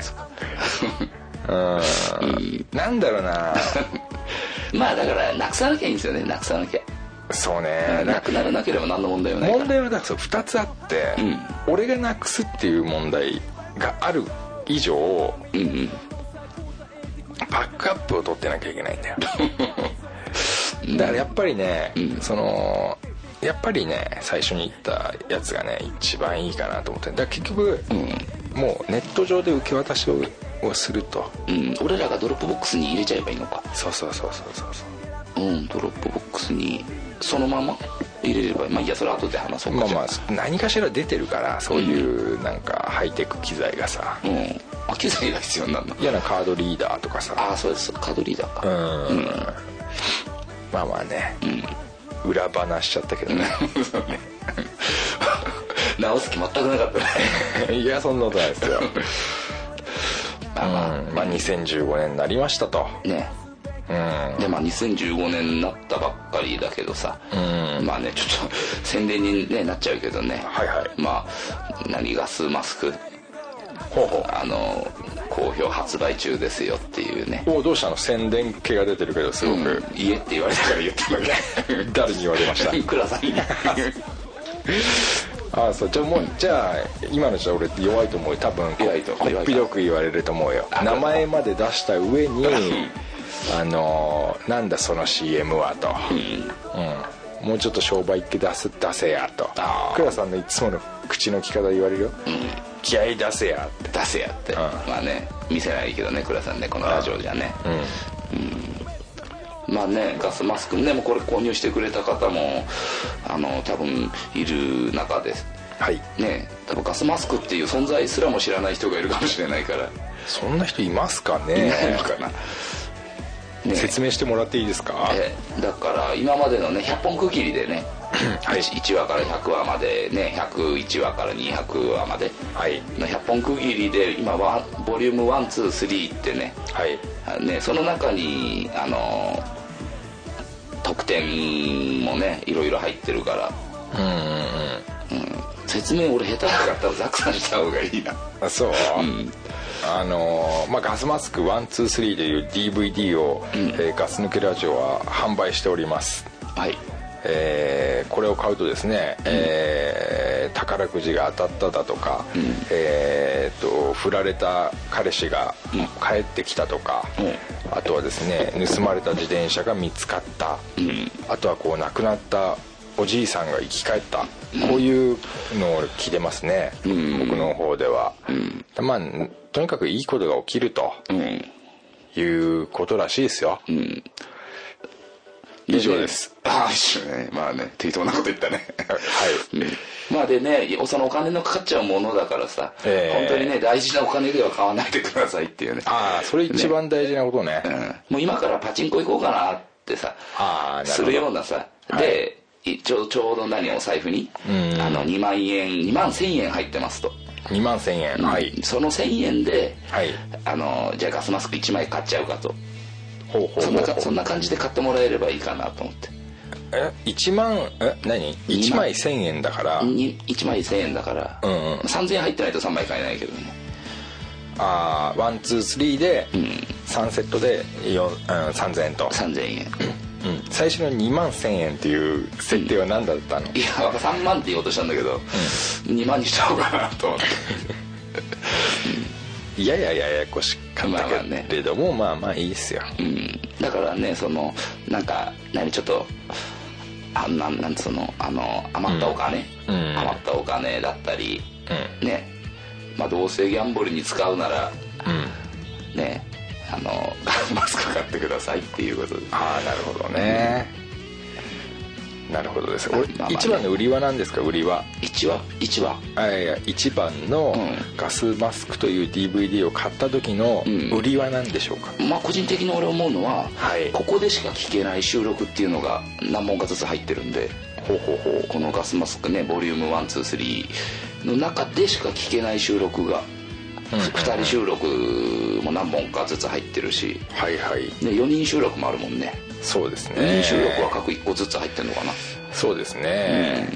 [SPEAKER 4] うんなんだろう な
[SPEAKER 3] まあだからなくさなきゃいいんですよねなくさなきゃ
[SPEAKER 4] そうね
[SPEAKER 3] なくならなければ何の問題もない
[SPEAKER 4] 問題はだから2つあって、うん、俺がなくすっていう問題がある以上、うんうん、バックアップを取ってなきゃいけないん だよだからやっぱりね、うん、そのやっぱりね最初に言ったやつがね一番いいかなと思ってだから結局、うん、もうネット上で受け渡しををすると、
[SPEAKER 3] うん、俺らがドロップボックスに入れちゃえばいいのか
[SPEAKER 4] そうそうそうそうそう
[SPEAKER 3] そううんドロップボックスにそのまま入れればまあいやそれ後で話そうか、
[SPEAKER 4] まあまあ何かしら出てるからそういうなんかハイテク機材がさ、うん
[SPEAKER 3] あ機材が必要なんだ
[SPEAKER 4] 嫌なカードリーダーとかさ
[SPEAKER 3] ああそうですカードリーダーかうん、
[SPEAKER 4] まあまあね、うん、裏話しちゃったけどね
[SPEAKER 3] 直す気全くなかった
[SPEAKER 4] ねいやそんなことないですよ
[SPEAKER 3] まターが、
[SPEAKER 4] うん、まあ、2015年になりましたと
[SPEAKER 3] ね
[SPEAKER 4] うん
[SPEAKER 3] でまあ2015年になったばっかりだけどさ、
[SPEAKER 4] うん
[SPEAKER 3] まあねちょっと宣伝に、ね、なっちゃうけどね
[SPEAKER 4] はいはい
[SPEAKER 3] まあ何ガスマスク
[SPEAKER 4] ほうほう
[SPEAKER 3] あの好評発売中ですよっていうね
[SPEAKER 4] おうどうしたの宣伝系が出てるけどすご
[SPEAKER 3] うん
[SPEAKER 4] く、
[SPEAKER 3] 言えって言われたから言ったんだけど
[SPEAKER 4] 誰に言われ ました
[SPEAKER 3] 倉さん に
[SPEAKER 4] ああそうじゃあもうじゃあ今のじゃ俺弱いと思うよ多分こ
[SPEAKER 3] 弱いと
[SPEAKER 4] こっぴどく言われると思うよ
[SPEAKER 3] あ
[SPEAKER 4] 名前まで出した上に
[SPEAKER 3] ん
[SPEAKER 4] あのーなんだその CM はと、うんもうちょっと商売っ気出せ出せやと
[SPEAKER 3] あー
[SPEAKER 4] 倉さんのいつもの口の利き方言われるよ、気合い出せやって
[SPEAKER 3] 出せやって
[SPEAKER 4] ん
[SPEAKER 3] まあね見せないけどね倉さんねこのラジオじゃね
[SPEAKER 4] う
[SPEAKER 3] まあねガスマスクねもうこれ購入してくれた方もあの多分いる中です
[SPEAKER 4] んはい
[SPEAKER 3] ね多分ガスマスクっていう存在すらも知らない人がいるかもしれないから
[SPEAKER 4] そんな人いますか
[SPEAKER 3] い
[SPEAKER 4] ね
[SPEAKER 3] ないのかな、ね
[SPEAKER 4] 説明してもらっていいですか
[SPEAKER 3] ええだから今までのね100本区切りでね、
[SPEAKER 4] はい
[SPEAKER 3] 1, 話から100話までね101話から200話まで
[SPEAKER 4] はい
[SPEAKER 3] の100本区切りで今はボリューム123ってね
[SPEAKER 4] はい
[SPEAKER 3] あねその中にあの特典もねいろいろ入ってるから
[SPEAKER 4] うんうんうん
[SPEAKER 3] 説明俺下手だから 多分ザクさんした方がいいな
[SPEAKER 4] あそう、あのーまあ、ガスマスク123という DVD を、えーガス抜けラジオは販売しております、
[SPEAKER 3] はい
[SPEAKER 4] えーこれを買うとですね、えー宝くじが当たっただとか、えーっと振られた彼氏が帰ってきたとか、あとはですね盗まれた自転車が見つかった、あとはこう亡くなったおじいさんが生き返ったこういうのを聞いてますね、僕の方では、まあとにかくいいことが起きると
[SPEAKER 3] うん
[SPEAKER 4] いうことらしいですよ、
[SPEAKER 3] うん
[SPEAKER 4] 以上です
[SPEAKER 3] ね ああ一緒ねまあね適当なこと言ったね
[SPEAKER 4] はい
[SPEAKER 3] まあでねそのお金のかかっちゃうものだからさ、
[SPEAKER 4] ええ
[SPEAKER 3] 本当にね大事なお金では買わないでくださいっていうね
[SPEAKER 4] ああそれ一番大事なことね
[SPEAKER 3] うん、もう今からパチンコ行こうかなってさ
[SPEAKER 4] ああなるほど
[SPEAKER 3] するようなさで、いちょうちょうど何お財布に、
[SPEAKER 4] うん
[SPEAKER 3] あの2万円2万1000円入ってますと、
[SPEAKER 4] 2万1000円、はい
[SPEAKER 3] その1000円で
[SPEAKER 4] はい
[SPEAKER 3] あのじゃあガスマスク1枚買っちゃうかと
[SPEAKER 4] ほうほうほう
[SPEAKER 3] そんなかそんな感じで買ってもらえればいいかなと思って
[SPEAKER 4] え1万え何
[SPEAKER 3] 二
[SPEAKER 4] 1
[SPEAKER 3] 万
[SPEAKER 4] 枚1000円だから、
[SPEAKER 3] に1枚1000円だから、
[SPEAKER 4] うんうん
[SPEAKER 3] 3000円入ってないと3枚買えないけどね
[SPEAKER 4] ああワンツースリーで3セットで、よんうん、3000円と、
[SPEAKER 3] 3000円
[SPEAKER 4] うん最初の2万1000円っていう設定は何だったの、
[SPEAKER 3] いや3万って言おうとしたんだけど、2万にした方がなと 思って
[SPEAKER 4] いやいやいやややこしかった
[SPEAKER 3] まあまあね
[SPEAKER 4] けれども、まあまあいいっすよ
[SPEAKER 3] うん、だからねそのなんか何ちょっとあなんなんそのあの余ったお金、
[SPEAKER 4] うんうん
[SPEAKER 3] 余ったお金だったり
[SPEAKER 4] う
[SPEAKER 3] ねまあどうせギャンブルに使うなら
[SPEAKER 4] ん、うん、
[SPEAKER 3] ねあの マスク買ってくださいっていうことで
[SPEAKER 4] ああなるほどね、なるほどです、
[SPEAKER 3] まあ
[SPEAKER 4] 俺
[SPEAKER 3] まあね
[SPEAKER 4] 一番の売りは何ですか売りは
[SPEAKER 3] 1話1話
[SPEAKER 4] あいやいや一番の
[SPEAKER 3] うん
[SPEAKER 4] ガスマスクという DVD を買った時の
[SPEAKER 3] うん
[SPEAKER 4] 売りは何でしょうか、
[SPEAKER 3] まあ個人的に俺思うのは、
[SPEAKER 4] はい
[SPEAKER 3] ここでしか聞けない収録っていうのが何本かずつ入ってるんで
[SPEAKER 4] ほうほうほう
[SPEAKER 3] このガスマスクねボリューム123の中でしか聞けない収録が、
[SPEAKER 4] うんうんうん
[SPEAKER 3] 2人収録も何本かずつ入ってるし、
[SPEAKER 4] はいはい
[SPEAKER 3] ね、4人収録もあるもんね
[SPEAKER 4] そうですね
[SPEAKER 3] 4人収録は各1個ずつ入ってるのかな
[SPEAKER 4] そうですね、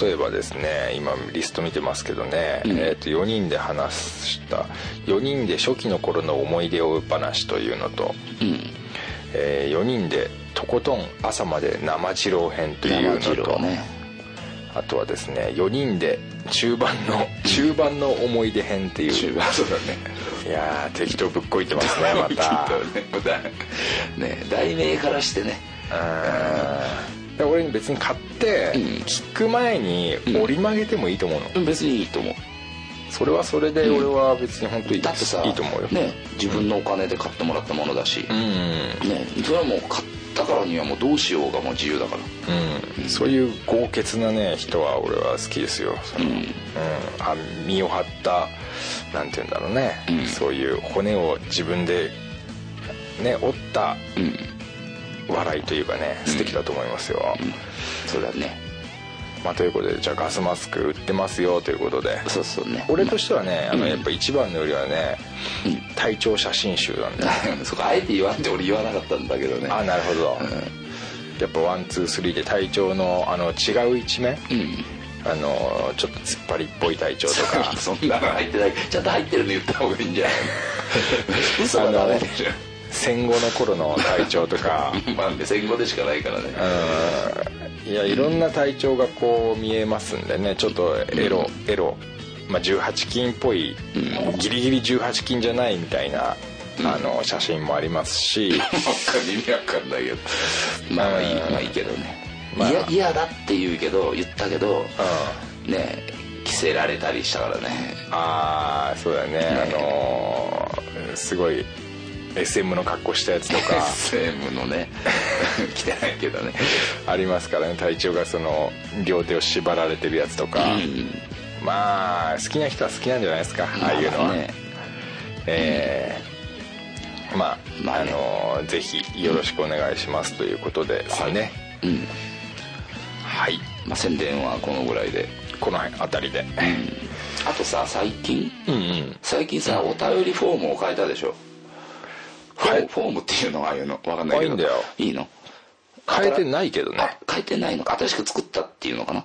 [SPEAKER 4] 例えばですね今リスト見てますけどね、
[SPEAKER 3] うん
[SPEAKER 4] えー、と4人で話した4人で初期の頃の思い出を話というのと、
[SPEAKER 3] うん
[SPEAKER 4] え4人でとことん朝まで生二郎編というの
[SPEAKER 3] 生
[SPEAKER 4] と
[SPEAKER 3] ジロー ね
[SPEAKER 4] あとはですね4人で中盤の中盤の思い出編っていう
[SPEAKER 3] 中盤そうだね
[SPEAKER 4] いやー適当ぶっこいてますね ま
[SPEAKER 3] きったとねまたね題名からしてね
[SPEAKER 4] うんで俺に別に買って
[SPEAKER 3] うん
[SPEAKER 4] 聞く前に折り曲げてもいいと思うの、
[SPEAKER 3] 別にいいと思う
[SPEAKER 4] それはそれで俺は別に本当にいい
[SPEAKER 3] だってさ
[SPEAKER 4] いいと思うよ、
[SPEAKER 3] ね、自分のお金で買ってもらったものだし、
[SPEAKER 4] うん
[SPEAKER 3] ね、それはもう買ったからにはもうどうしようがもう自由だから
[SPEAKER 4] うんそういう豪傑なね人は俺は好きですよその、
[SPEAKER 3] う
[SPEAKER 4] うんんあ身を張ったなんて言うんだろうね、
[SPEAKER 3] うん
[SPEAKER 4] そういう骨を自分でね折った
[SPEAKER 3] うん
[SPEAKER 4] 笑いというかね素敵だと思いますよ、
[SPEAKER 3] そうだね
[SPEAKER 4] まあ、ということでじゃあガスマスク売ってますよということで
[SPEAKER 3] そうそうね
[SPEAKER 4] 俺としてはね、あのやっぱ一番の売りはね、体調写真集なんだ、
[SPEAKER 3] ね、 そうかあえて言わんって俺言わなかったんだけどね
[SPEAKER 4] あなるほど、やっぱワンツースリーで体調のあの違う一面、うんあのちょっと突っ張りっぽい体調とか
[SPEAKER 3] そんなの入ってないちゃんと入ってるの言った方がいいんじゃない 嘘がダメでしょ
[SPEAKER 4] 戦後の頃の体調とか
[SPEAKER 3] まあ、ね、戦後でしかないからね
[SPEAKER 4] うんいやいろんな体調がこう見えますんでねちょっとエロ、うん、エロ、まあ、18金っぽい、うん、ギリギリ18金じゃないみたいなあの写真もありますし
[SPEAKER 3] 意味わかんないけどまあまあいい,、まあ、いいけどね嫌、まあ、だって言うけど言ったけど、うん、ね着せられたりしたからね
[SPEAKER 4] ああそうだね、ね、あのー、すごい SM の格好したやつと か
[SPEAKER 3] SM の ね着てないけどね
[SPEAKER 4] ありますからね体調がその両手を縛られてるやつとか、うん、まあ好きな人は好きなんじゃないですか、まあ、ああいうのは、ね、えーうんまあ、まあ、ね、あのー、ぜひよろしくお願いしますということでですね、はい、うん
[SPEAKER 3] はい、まあ、宣伝はこのぐらいで
[SPEAKER 4] この辺あたりで、うん、
[SPEAKER 3] あとさ最近、うんうん、最近さ、うん、お便りフォームを変えたでしょ、はい、フォームっていうのはああいうの分かんないけど
[SPEAKER 4] いいんだよ
[SPEAKER 3] いいの
[SPEAKER 4] 変えてないけどね
[SPEAKER 3] 変えてないのか新しく作ったっていうのかな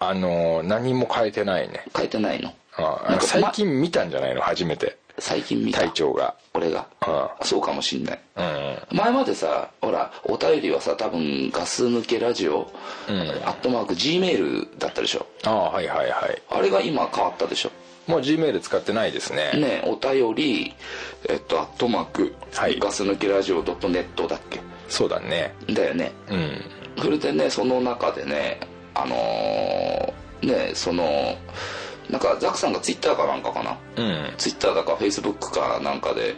[SPEAKER 4] あのー、何も変えてないね
[SPEAKER 3] 変えてないの
[SPEAKER 4] ああ最近見たんじゃないの初めて
[SPEAKER 3] 最近見た
[SPEAKER 4] 隊長が
[SPEAKER 3] 俺が、うん、そうかもしんない、うんうん、前までさほらお便りはさ多分ガス抜けラジオ、うん、アットマーク G メールだったでしょ
[SPEAKER 4] ああはいはいはい
[SPEAKER 3] あれが今変わったでしょ
[SPEAKER 4] もう G メール使ってないですね
[SPEAKER 3] ねお便りえっとアットマーク、はい、ガス抜けラジオ .net だっけ
[SPEAKER 4] そうだね
[SPEAKER 3] だよねうんそれでねその中でねあのー、ねそのなんかザクさんがツイッターかなんかかな、うん、ツイッターだかフェイスブックかなんかで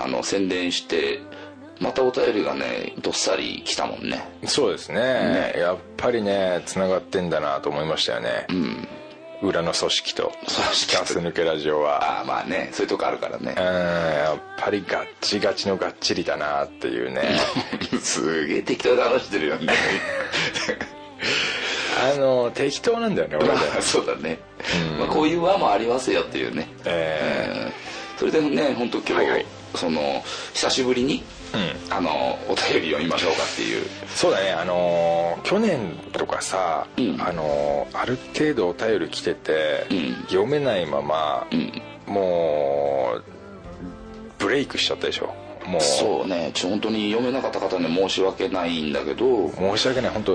[SPEAKER 3] あの宣伝してまたお便りがねどっさり来たもんね
[SPEAKER 4] そうですね、ね、やっぱりねつながってんだなと思いましたよね、うん、裏の組織と
[SPEAKER 3] 組織
[SPEAKER 4] ガス抜けラジオは
[SPEAKER 3] ああ まあねそういうとこあるからね
[SPEAKER 4] うんやっぱりガッチガチのガッチリだなっていう ね
[SPEAKER 3] すげえ適当な話してるよね
[SPEAKER 4] あの適当なんだよね 俺
[SPEAKER 3] は、まあ、そうだね、うん、まあ、こういう輪もありますよっていうね、えー、それでね本当今日、はいはい、その久しぶりに、うん、あのお便り読みましょうかっていう
[SPEAKER 4] そうだねあの去年とかさ、うん、あのある程度お便り来てて、読めないまま、もうブレイクしちゃったでしょもう
[SPEAKER 3] そうねちょ本当に読めなかった方に申し訳ないんだけど
[SPEAKER 4] 申し訳ない本当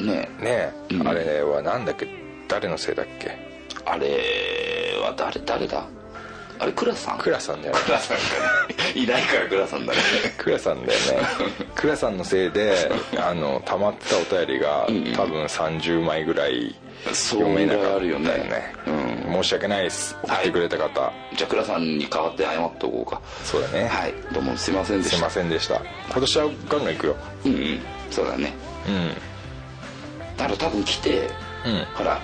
[SPEAKER 3] ね
[SPEAKER 4] ね、うん、あれはなんだっけ誰のせいだっけ
[SPEAKER 3] あれは誰誰だあれ倉さん
[SPEAKER 4] 倉さんだ よ、ね、
[SPEAKER 3] 倉さんか、ね、いないから倉さんだね、
[SPEAKER 4] 倉さんだよね倉さんのせい であの溜まったお便りが、うんうん、多分30枚ぐらい読めなかったよねよね、うん、申し訳ないです送ってくれた方、はい
[SPEAKER 3] じゃあ倉さんに代わって謝っておこうか
[SPEAKER 4] そうだね
[SPEAKER 3] はいどうもすいませんでした
[SPEAKER 4] すいませんでした今年はガンガンいくよ
[SPEAKER 3] うんうんそうだねうんだから多分来て、うん、ほら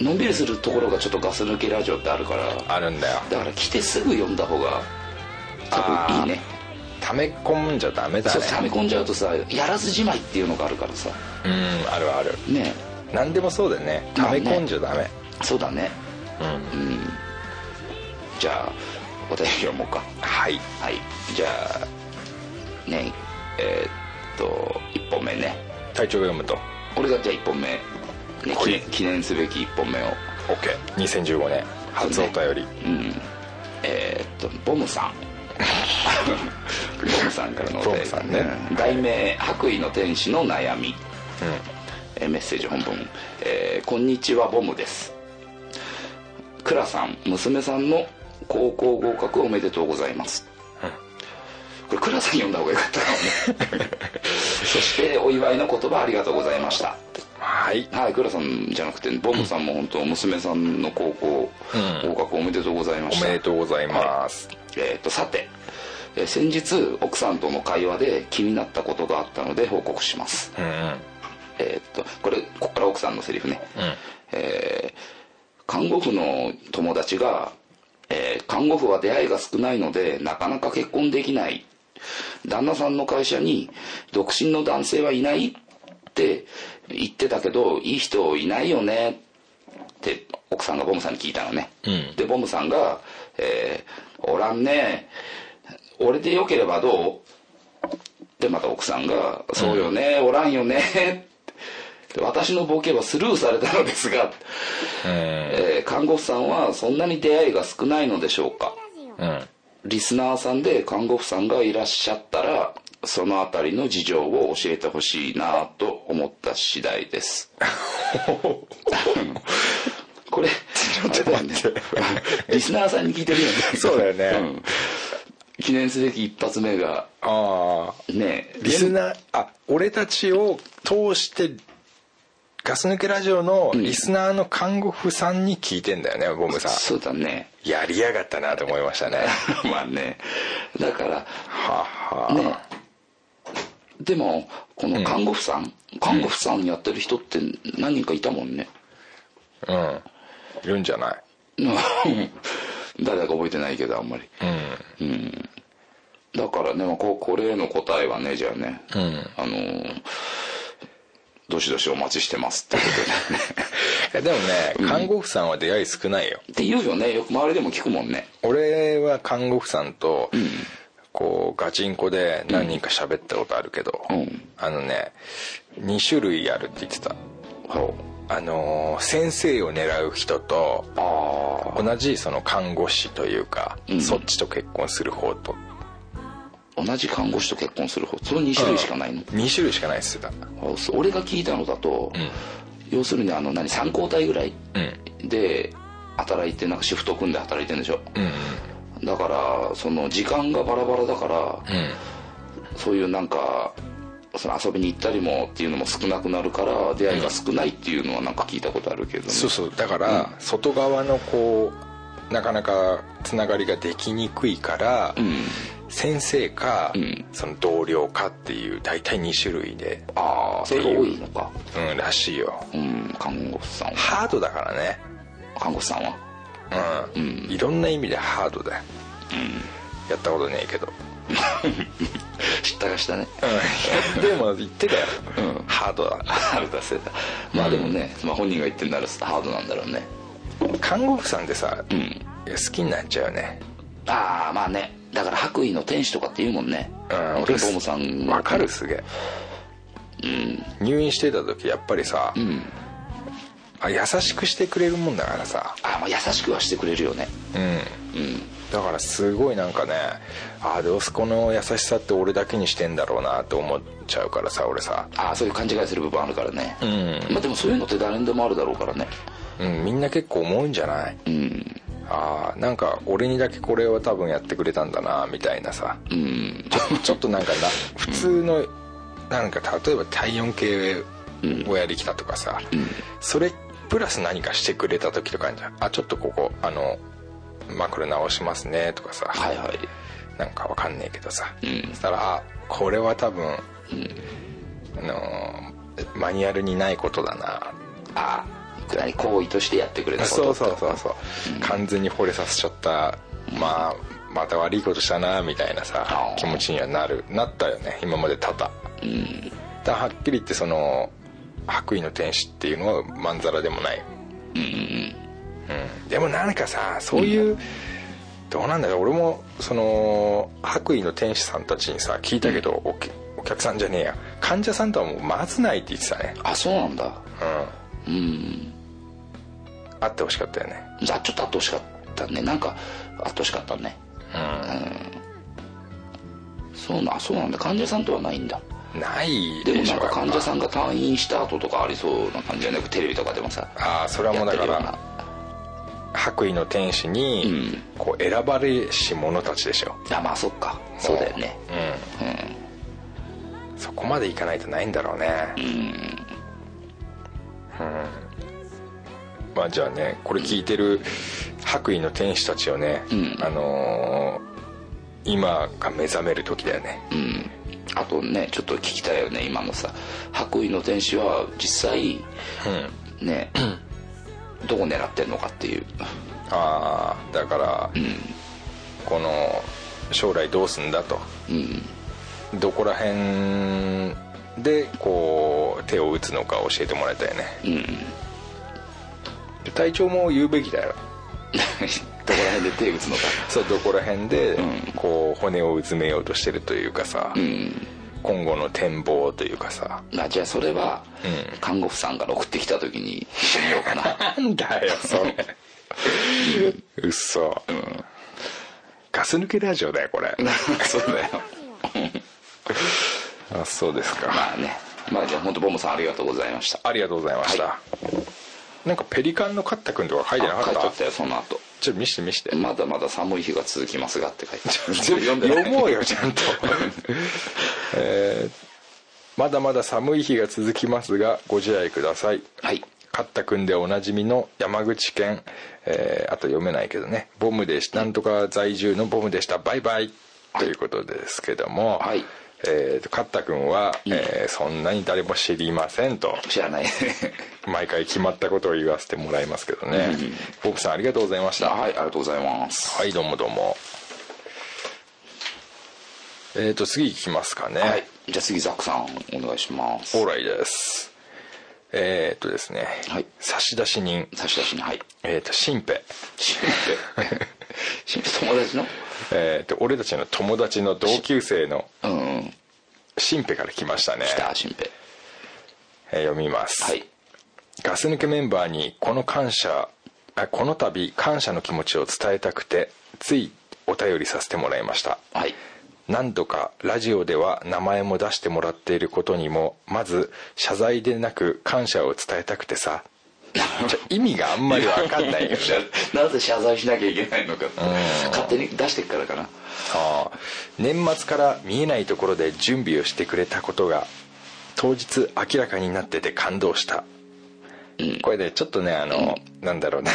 [SPEAKER 3] のんびりするところがちょっとガス抜けラジオってあるから
[SPEAKER 4] あるんだよ
[SPEAKER 3] だから来てすぐ読んだ方が多分いいね
[SPEAKER 4] 溜め込んじゃダメだねそう
[SPEAKER 3] 溜め込んじゃうとさやらずじまいっていうのがあるからさ
[SPEAKER 4] うんあるある
[SPEAKER 3] ね
[SPEAKER 4] 何でもそうだよね溜め込んじゃダメ、ね、
[SPEAKER 3] そうだね、うん、うん、じゃあお便り読もうか
[SPEAKER 4] はい
[SPEAKER 3] はいじゃあねえー、っと1本目ね
[SPEAKER 4] 体調が読むと
[SPEAKER 3] 俺がじゃあ1本目、ね、記念すべき1本目を
[SPEAKER 4] OK2015 年初お便りう、
[SPEAKER 3] ね,、んえー、っとボムさんボムさんからのお便り
[SPEAKER 4] さんね、
[SPEAKER 3] うん、題名「白衣の天使の悩み」うん、えー、メッセージ本文、えー「こんにちはボムです」「倉さん娘さんの高校合格おめでとうございます」これ倉さん読んだ方がよかったかもねそしてお祝いの言葉ありがとうございました
[SPEAKER 4] はい
[SPEAKER 3] はい倉さんじゃなくてボムさんも本当娘さんの高校合格おめでとうございました、
[SPEAKER 4] おめでとうございます、はい、
[SPEAKER 3] えっ、ー、とさて、えー、先日奥さんとの会話で気になったことがあったので報告します、うん、えっ、ー、とこれここから奥さんのセリフね、うん、えー、看護婦の友達が、え看護婦は出会いが少ないのでなかなか結婚できない旦那さんの会社に独身の男性はいないっって言ってたけどいい人いないよねって奥さんがボムさんに聞いたのね、
[SPEAKER 4] うん
[SPEAKER 3] でボムさんが「えーおらんね俺でよければどう?」でまた奥さんが「そうよね、おらんよね」で私のボケはスルーされたのですが、えー看護婦さんはそんなに出会いが少ないのでしょうか
[SPEAKER 4] うん
[SPEAKER 3] リスナーさんで看護婦さんがいらっしゃったらそのあたりの事情を教えてほしいなぁと思った次第です これちょっと
[SPEAKER 4] 待って
[SPEAKER 3] リスナーさんに聞いてるよね
[SPEAKER 4] そうだよね
[SPEAKER 3] ん記念すべき一発目が
[SPEAKER 4] ああ
[SPEAKER 3] ね
[SPEAKER 4] リスナーあ俺たちを通してガス抜けラジオのリスナーの看護婦さんに聞いてんだよね、ボムさん
[SPEAKER 3] そうだね
[SPEAKER 4] やりやがったなと思いま したね
[SPEAKER 3] まあねだから
[SPEAKER 4] はは
[SPEAKER 3] ねでもこの看護婦さん、看護婦さんやってる人って何人かいたもんね、
[SPEAKER 4] うんいるんじゃない
[SPEAKER 3] うん誰だか覚えてないけどあんまりうん、だからねまあここれへの答えはねじゃあね、あのーどしどしお待ちしてますってことで ね
[SPEAKER 4] えでもね看護婦さんは出会い少ないよ、
[SPEAKER 3] って言うよねよく周りでも聞くもんね
[SPEAKER 4] 俺は看護婦さんと、こうガチンコで何人か喋ったことあるけど、
[SPEAKER 3] うん
[SPEAKER 4] あのね2種類あるって言ってた
[SPEAKER 3] ほ
[SPEAKER 4] あのー先生を狙う人と
[SPEAKER 3] うあ
[SPEAKER 4] 同じその看護師というか、そっちと結婚する方と
[SPEAKER 3] あ同じ看護師と結婚する方その2種類しかないの、
[SPEAKER 4] 2種類しかないっすだ
[SPEAKER 3] あそう俺が聞いたのだと、要するにあの何3交代ぐらい
[SPEAKER 4] うん
[SPEAKER 3] で働いてなんかシフト組んで働いてるんでしょ
[SPEAKER 4] うん
[SPEAKER 3] だからその時間がバラバラだから、
[SPEAKER 4] うん
[SPEAKER 3] そういうなんかその遊びに行ったりもっていうのも少なくなるから出会いが少ないっていうのはなんか聞いたことあるけどね、
[SPEAKER 4] そうそうだから外側のこうなかなかつながりができにくいから、
[SPEAKER 3] ん
[SPEAKER 4] 先生か、
[SPEAKER 3] うん
[SPEAKER 4] その同僚かっていう大体2種類で、
[SPEAKER 3] ああそれが多いのか
[SPEAKER 4] うん、らしいよ
[SPEAKER 3] うん看護師さんは
[SPEAKER 4] ハードだからね
[SPEAKER 3] 看護師さんは
[SPEAKER 4] うん、いろんな意味でハードだよ、やったことねえけど、
[SPEAKER 3] 知ったかしたね
[SPEAKER 4] でも言ってたよ、ハードだ
[SPEAKER 3] ハードだせたまあでもね、まあ、本人が言ってんならハードなんだろうね
[SPEAKER 4] 看護婦さんってさ、
[SPEAKER 3] うん
[SPEAKER 4] 好きになっちゃうよね
[SPEAKER 3] ああまあねだから白衣の天使とかって言うもんね
[SPEAKER 4] うん
[SPEAKER 3] 俺ボムさん
[SPEAKER 4] わかるすげえ、入院してた時やっぱりさ、
[SPEAKER 3] うん
[SPEAKER 4] あ優しくしてくれるもんだからさ
[SPEAKER 3] あーまあ優しくはしてくれるよね
[SPEAKER 4] うん
[SPEAKER 3] うん
[SPEAKER 4] だからすごいなんかねあどうすこの優しさって俺だけにしてんだろうなと思っちゃうからさ俺さ、
[SPEAKER 3] ああそういう勘違いする部分あるからね、
[SPEAKER 4] ん
[SPEAKER 3] まあでもそういうのって誰にでもあるだろうからね
[SPEAKER 4] うん、みんな結構思うんじゃない
[SPEAKER 3] うん
[SPEAKER 4] あーなんか俺にだけこれは多分やってくれたんだなみたいなさ
[SPEAKER 3] うん
[SPEAKER 4] ちょ っとなんかな普通のなんか例えば体温計をやりきたとかさ、それプラス何かしてくれた時とかあんじゃんあちょっとここあの枕直しますねとかさ、
[SPEAKER 3] はいはい
[SPEAKER 4] なんかわかんねえけどさ、
[SPEAKER 3] うん
[SPEAKER 4] そしたらあこれは多分、あのーマニュアルにないことだな
[SPEAKER 3] ああ行為としてやってくれたこと
[SPEAKER 4] そうそうそうそう、完全に惚れさせちゃったまあまた悪いことしたなみたいなさ
[SPEAKER 3] あー
[SPEAKER 4] 気持ちにはなるなったよね今まで多々、だはっきり言ってその白衣の天使っていうのはまんざらでもない、うんでもなんかさそういう、どうなんだろう俺もその白衣の天使さんたちにさ聞いたけど、お客お客さんじゃねえや患者さんとはもうまずないって言ってたね
[SPEAKER 3] あそうなんだう
[SPEAKER 4] う
[SPEAKER 3] ん
[SPEAKER 4] ん会ってほしかったよね
[SPEAKER 3] じゃあちょっと後惜しかったねなんか後惜しかったねうん、そうなそうなんだ患者さんとはないんだ
[SPEAKER 4] ない
[SPEAKER 3] でも
[SPEAKER 4] し
[SPEAKER 3] な
[SPEAKER 4] ょ
[SPEAKER 3] んか患者さ
[SPEAKER 4] やっ
[SPEAKER 3] んが退院した後とかありそうな感じじゃなくテレビとかでもさ
[SPEAKER 4] ぱああそれはもうだから白衣の天使に
[SPEAKER 3] うん
[SPEAKER 4] こう選ばれし者たちでしょ
[SPEAKER 3] あまあそっかそうだよね
[SPEAKER 4] そこまでいかないとないんだろうねうん、まあじゃあねこれ聞いてる白衣の天使たちをね、
[SPEAKER 3] ん
[SPEAKER 4] あのー今が目覚める時だよね、
[SPEAKER 3] うんあとねちょっと聞きたいよね今のさ白衣の天使は実際
[SPEAKER 4] うん
[SPEAKER 3] ねどこ狙ってんのかっていう
[SPEAKER 4] ああだから、こ の将来どうすんだと
[SPEAKER 3] うん
[SPEAKER 4] どこら辺でこう手を打つのか教えてもらいたいね、うん、体調も言うべきだよ
[SPEAKER 3] どこら辺で手打つのか
[SPEAKER 4] そうどこら辺で、こう骨をうずめようとしてるというかさ、うん、今後の展望というかさ
[SPEAKER 3] あじゃあそれは、看護婦さんから送ってきた時に一緒によう かな
[SPEAKER 4] なんだよそ れうっそ、うん、ガス抜けラジオだよこ れ
[SPEAKER 3] そうだよ
[SPEAKER 4] あそうですか
[SPEAKER 3] まあねまあじゃあ本当ボムさんありがとうございました
[SPEAKER 4] ありがとうございました、はい、なんかペリカンのカッタ君とか書いてなかった
[SPEAKER 3] 書いてったよその後
[SPEAKER 4] ちょっと見して見して
[SPEAKER 3] まだまだ寒い日が続きますがって書いて
[SPEAKER 4] 読んで読もうよちゃ んとえー、まだまだ寒い日が続きますがご自愛ください
[SPEAKER 3] はい
[SPEAKER 4] カッタ君でおなじみの山口県、えー、あと読めないけどねボムでしたなんとか在住のボムでしたバイバイということですけども、
[SPEAKER 3] はい、
[SPEAKER 4] えー、とカッタ君は、うん、えー、そんなに誰も知りませんと
[SPEAKER 3] 知らない
[SPEAKER 4] 毎回決まったことを言わせてもらいますけどね、うん、ボブさんありがとうございました
[SPEAKER 3] はいありがとうございます
[SPEAKER 4] はいどうもどうもえっ、ー、と次いきますかね、
[SPEAKER 3] はい、じゃあ次ザックさんお願いします
[SPEAKER 4] オーライですえっ、ー、とですね、
[SPEAKER 3] はい、
[SPEAKER 4] 差出人
[SPEAKER 3] 差出人はい
[SPEAKER 4] えっ、ー、と新兵
[SPEAKER 3] 新兵新兵友達の
[SPEAKER 4] えっ、ー、と俺たちの友達の同級生の新兵から来ましたね
[SPEAKER 3] 来た新兵、
[SPEAKER 4] えー、読みます、
[SPEAKER 3] はい、
[SPEAKER 4] ガス抜けメンバーにこの感謝あこの度感謝の気持ちを伝えたくてついお便りさせてもらいました、
[SPEAKER 3] はい
[SPEAKER 4] 何度かラジオでは名前も出してもらっていることにもまず謝罪でなく感謝を伝えたくてさ意味があんまり分かんないよね
[SPEAKER 3] なぜ謝罪しなきゃいけないのか勝手に出してっからかな
[SPEAKER 4] あ年末から見えないところで準備をしてくれたことが当日明らかになってて感動したうん、これでちょっとねあの、うん、なんだろうね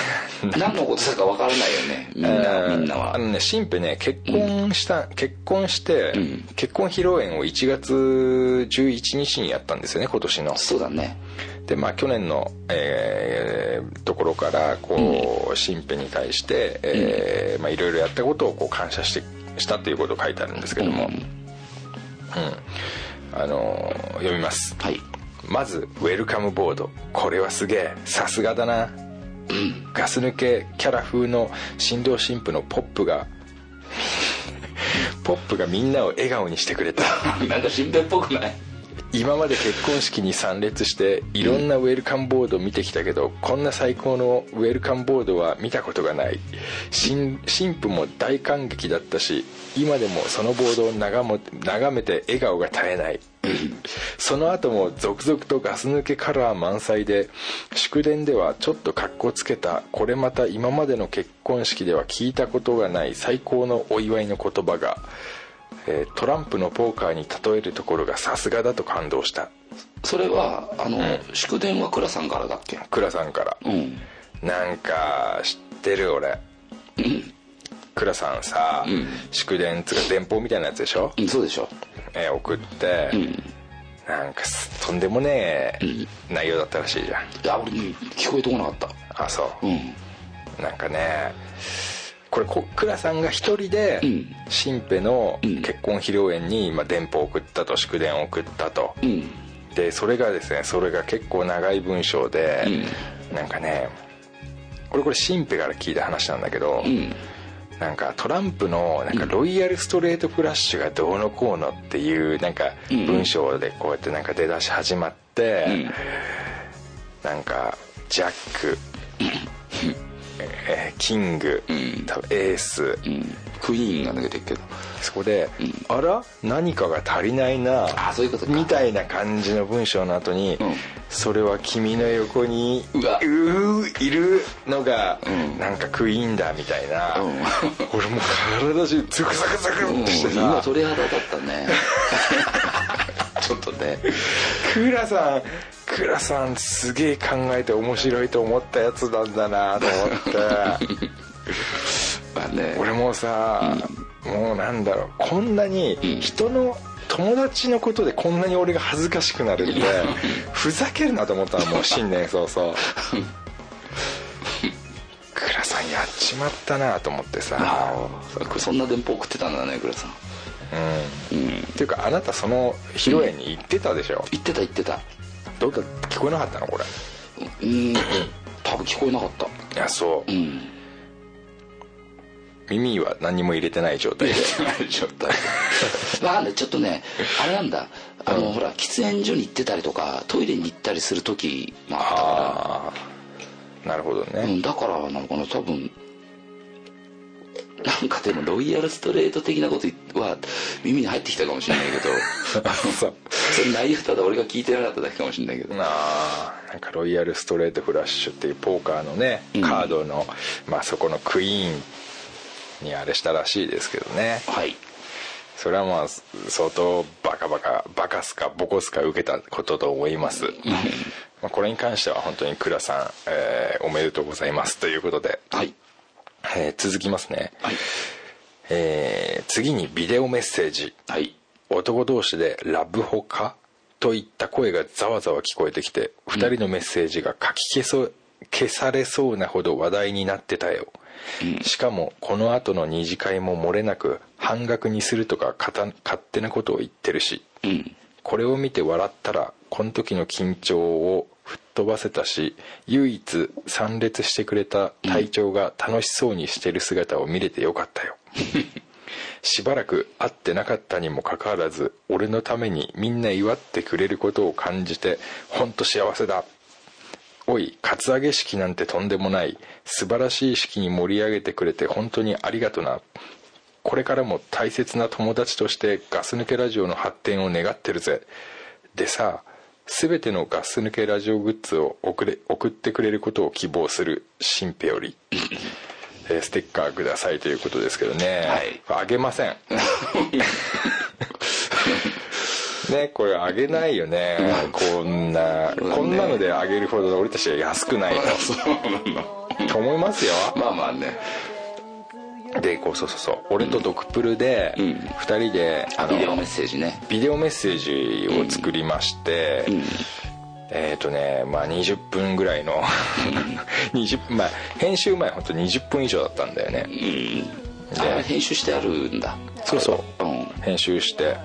[SPEAKER 3] 何のことだかわからないよねみんなみんなは
[SPEAKER 4] あのね新婦ね結婚した、うん、結婚して、結婚披露宴を1月11日にやったんですよね今年の
[SPEAKER 3] そうだね
[SPEAKER 4] でまあ去年の、えー、ところからこう、新婦に対してえー、まあいろいろやったことをこう感謝してしたということを書いてあるんですけどもうん、あのー、読みます
[SPEAKER 3] はい
[SPEAKER 4] まずウェルカムボードこれはすげえさすがだな、
[SPEAKER 3] うん、
[SPEAKER 4] ガス抜けキャラ風の新郎新婦のポップが ポップがみんなを笑顔にしてくれた
[SPEAKER 3] なんか新兵っぽくない
[SPEAKER 4] 今まで結婚式に参列していろんなウェルカムボードを見てきたけど、うん、こんな最高のウェルカムボードは見たことがない新婦も大感激だったし今でもそのボードを眺も眺めて笑顔が絶えないその後も続々とガス抜けカラー満載で祝電ではちょっとかっこつけたこれまた今までの結婚式では聞いたことがない最高のお祝いの言葉がえー、トランプのポーカーに例えるところがさすがだと感動した
[SPEAKER 3] それはあの、うん、祝電は倉さんからだっけ
[SPEAKER 4] 倉さんから、
[SPEAKER 3] うん、
[SPEAKER 4] なんか知ってる俺、
[SPEAKER 3] うん、
[SPEAKER 4] 倉さんさ、うん、祝電つうか電報みたいなやつでしょ、
[SPEAKER 3] うん、そうでしょ、
[SPEAKER 4] えー、送って、うん、なんかとんでもねえ内容だったらしいじゃん、
[SPEAKER 3] いや俺聞こえてこなかった、
[SPEAKER 4] あそううん、なんかねこれ倉さんが一人で新兵の結婚披露宴に、まあ、電報を送ったと祝電を送ったと、
[SPEAKER 3] うん、
[SPEAKER 4] でそれがですねそれが結構長い文章で、うん、なんかねこれこれ新兵から聞いた話なんだけど、うん、なんかトランプのなんかロイヤルストレートフラッシュがどうのこうのっていうなんか文章でこうやってなんか出だし始まって、うん、なんかジャック、えー、キング、
[SPEAKER 3] うん、
[SPEAKER 4] 多分エース、
[SPEAKER 3] うん、クイーンが抜けてるけど
[SPEAKER 4] そこで、うん、あら何かが足りないな
[SPEAKER 3] あそういうこと
[SPEAKER 4] みたいな感じの文章の後に、それは君の横に
[SPEAKER 3] うわ
[SPEAKER 4] ういるのが、うん、なんかクイーンだみたいな、 俺もう体中ズクザクザクってしてさ、
[SPEAKER 3] 今鳥肌立った ねちょっとね
[SPEAKER 4] 倉さん倉さんすげえ考えて面白いと思ったやつなんだなと 思って
[SPEAKER 3] まあ、ね、
[SPEAKER 4] 俺もさ、うん、もうなんだろうこんなに人の友達のことでこんなに俺が恥ずかしくなるってふざけるなと思ったの もう新年早々倉さんやっちまったなと思ってさ
[SPEAKER 3] そんな電報送ってたんだね倉さん
[SPEAKER 4] うん、っていうかあなたその披露宴に行ってたでしょ、
[SPEAKER 3] 行ってた行ってた
[SPEAKER 4] どうか聞こえなかったのこれ
[SPEAKER 3] うん多分聞こえなかった
[SPEAKER 4] いやそう、うん、耳は何も入れてない状態で
[SPEAKER 3] 入れてない状態なんでちょっとねあれなんだあの、うん、ほら喫煙所に行ってたりとかトイレに行ったりする時もあったから
[SPEAKER 4] なるほどね、
[SPEAKER 3] うん、だからなのかな多分なんかでもロイヤルストレート的なことは耳に入ってきたかもしれないけど そうそれ内容ただ俺が聞いてなかっただけかもしれないけど
[SPEAKER 4] なあなんかロイヤルストレートフラッシュっていうポーカーのねカードの、うん、まあそこのクイーンにあれしたらしいですけどね
[SPEAKER 3] はい
[SPEAKER 4] それはまあ相当バカバカバカすかボコすか受けたことと思います、うん、まあこれに関しては本当に倉さん、えー、おめでとうございますということで
[SPEAKER 3] はい
[SPEAKER 4] えー、続きますね、
[SPEAKER 3] はい、
[SPEAKER 4] えー、次にビデオメッセージ、
[SPEAKER 3] はい、
[SPEAKER 4] 男同士で「ラブホか?」といった声がざわざわ聞こえてきて2人のメッセージが書き消そ消されそうなほど話題になってたよ、うん、しかもこの後の二次会も漏れなく半額にするとか勝手なことを言ってるし、
[SPEAKER 3] うん、
[SPEAKER 4] これを見て笑ったらこの時の緊張を吹っ飛ばせたし唯一参列してくれた隊長が楽しそうにしてる姿を見れてよかったよしばらく会ってなかったにもかかわらず俺のためにみんな祝ってくれることを感じてほんと幸せだおいカツアゲ式なんてとんでもない素晴らしい式に盛り上げてくれて本当にありがとなこれからも大切な友達としてガス抜けラジオの発展を願ってるぜでさ全てのガス抜けラジオグッズを送れ送ってくれることを希望する新兵より、えー、ステッカーくださいということですけどね、
[SPEAKER 3] はい、
[SPEAKER 4] あげま せんねこれあげないよね、うん、こんな、うんね、こんなのであげるほど俺たちは安くない
[SPEAKER 3] と
[SPEAKER 4] と思いますよ
[SPEAKER 3] まあまあね
[SPEAKER 4] でこうそうそうそう俺とドクプルで2人で、
[SPEAKER 3] うん、あのビデオメッセージね
[SPEAKER 4] ビデオメッセージを作りまして、うんうん、えっ、ー、とねまあ20分ぐら いの20まあ編集前本当20分以上だったんだよね、
[SPEAKER 3] うん、編集してあるんだ
[SPEAKER 4] そうそう、編集して、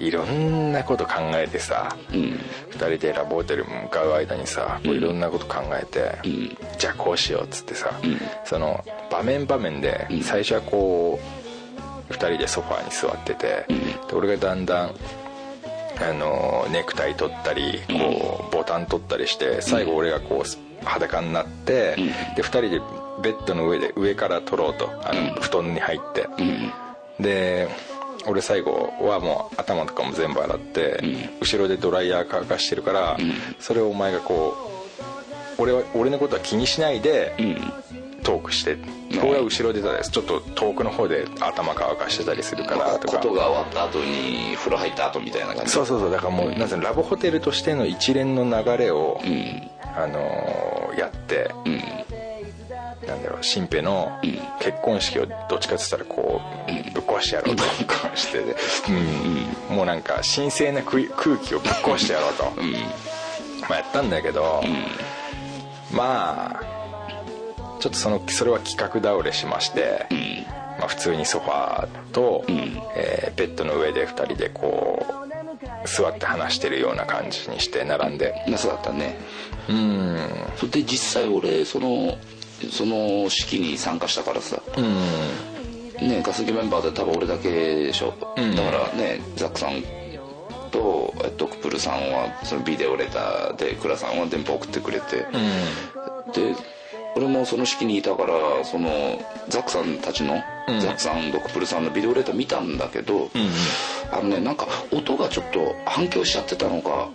[SPEAKER 4] いろんなこと考えてさ、
[SPEAKER 3] うん、
[SPEAKER 4] 2人でラブホテル向かう間にさ、うん、いろんなこと考えて、
[SPEAKER 3] うん、
[SPEAKER 4] じゃあこうしようっつってさ、
[SPEAKER 3] うん、
[SPEAKER 4] その場面場面で最初はこう2人でソファーに座ってて、で俺がだんだんあのネクタイ取ったりこうボタン取ったりして最後俺がこう裸になって、で2人でベッドの上で上から取ろうとあの布団に入って、で俺最後はもう頭とかも全部洗って、後ろでドライヤー乾かしてるから、それをお前がこう俺は俺のことは気にしないで、トークして俺は後ろでたですちょっと遠くの方で頭乾かしてたりするからとか
[SPEAKER 3] ことが終わった後に風呂入った後みたいな感じ
[SPEAKER 4] そうそうそうだからもう、なぜラブホテルとしての一連の流れを、あのやって、なんだろう新兵の結婚式をどっちかっつったらこう、うん、ぶっ壊してやろうと、
[SPEAKER 3] ぶっ壊して、ね、
[SPEAKER 4] うん、うん、もうなんか神聖な空気をぶっ壊してやろうと、
[SPEAKER 3] うん、
[SPEAKER 4] まあやったんだけど、まあちょっとそのそれは企画倒れしまして、まあ、普通にソファーと、えー、ベッドの上で2人でこう座って話してるような感じにして並んで
[SPEAKER 3] そうだったね
[SPEAKER 4] うん
[SPEAKER 3] それで実際俺そのその式に参加したからさ、
[SPEAKER 4] うん、
[SPEAKER 3] ねガスギメンバーで多分俺だけでしょ、うん、だからねザックさんとドクプルさんはそのビデオレターでクラさんは電波送ってくれて、
[SPEAKER 4] う
[SPEAKER 3] で
[SPEAKER 4] ん、
[SPEAKER 3] 俺もその式にいたからそのザックさんたちの、うん、ザックさんドクプルさんのビデオレター見たんだけど、あのねなんか音がちょっと反響しちゃってたのか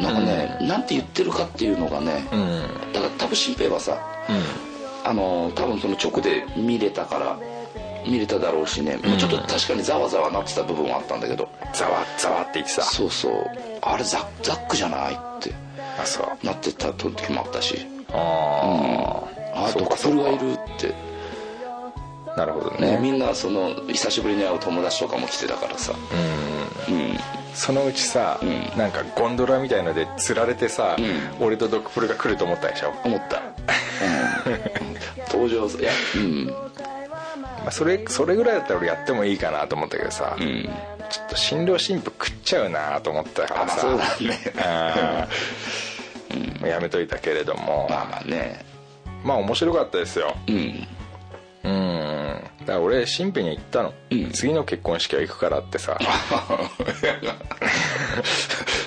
[SPEAKER 3] なんかね、うん、なんて言ってるかっていうのがね、
[SPEAKER 4] うん、
[SPEAKER 3] だから多分新平はさ、、
[SPEAKER 4] うん
[SPEAKER 3] あの多分その直で見れたから見れただろうしね、うん、ちょっと確かにざわざわなってた部分はあったんだけど
[SPEAKER 4] ざわざわって言ってた
[SPEAKER 3] そうそうあれザザックじゃないって
[SPEAKER 4] あそう
[SPEAKER 3] なってた時もあったし
[SPEAKER 4] あ、
[SPEAKER 3] うん、あドクプルがいるって
[SPEAKER 4] なるほどね、ね、
[SPEAKER 3] みんなその久しぶりに会う友達とかも来てたからさ
[SPEAKER 4] うん、うんそのうちさ、うん、なんかゴンドラみたいので釣られてさ、うん、俺とドクプルが来ると思ったでしょ
[SPEAKER 3] 思った、うん、登場いやうん
[SPEAKER 4] まあ、それそれぐらいだったら俺やってもいいかなと思ったけどさ、
[SPEAKER 3] うん、
[SPEAKER 4] ちょっと新郎新婦食っちゃうなと思ったからさ
[SPEAKER 3] そうだね
[SPEAKER 4] うん、やめといたけれども
[SPEAKER 3] まあまあね
[SPEAKER 4] まあ面白かったですよ
[SPEAKER 3] うん
[SPEAKER 4] うんだから俺新婦に言ったの、
[SPEAKER 3] うん、
[SPEAKER 4] 次の結婚式は行くからって さ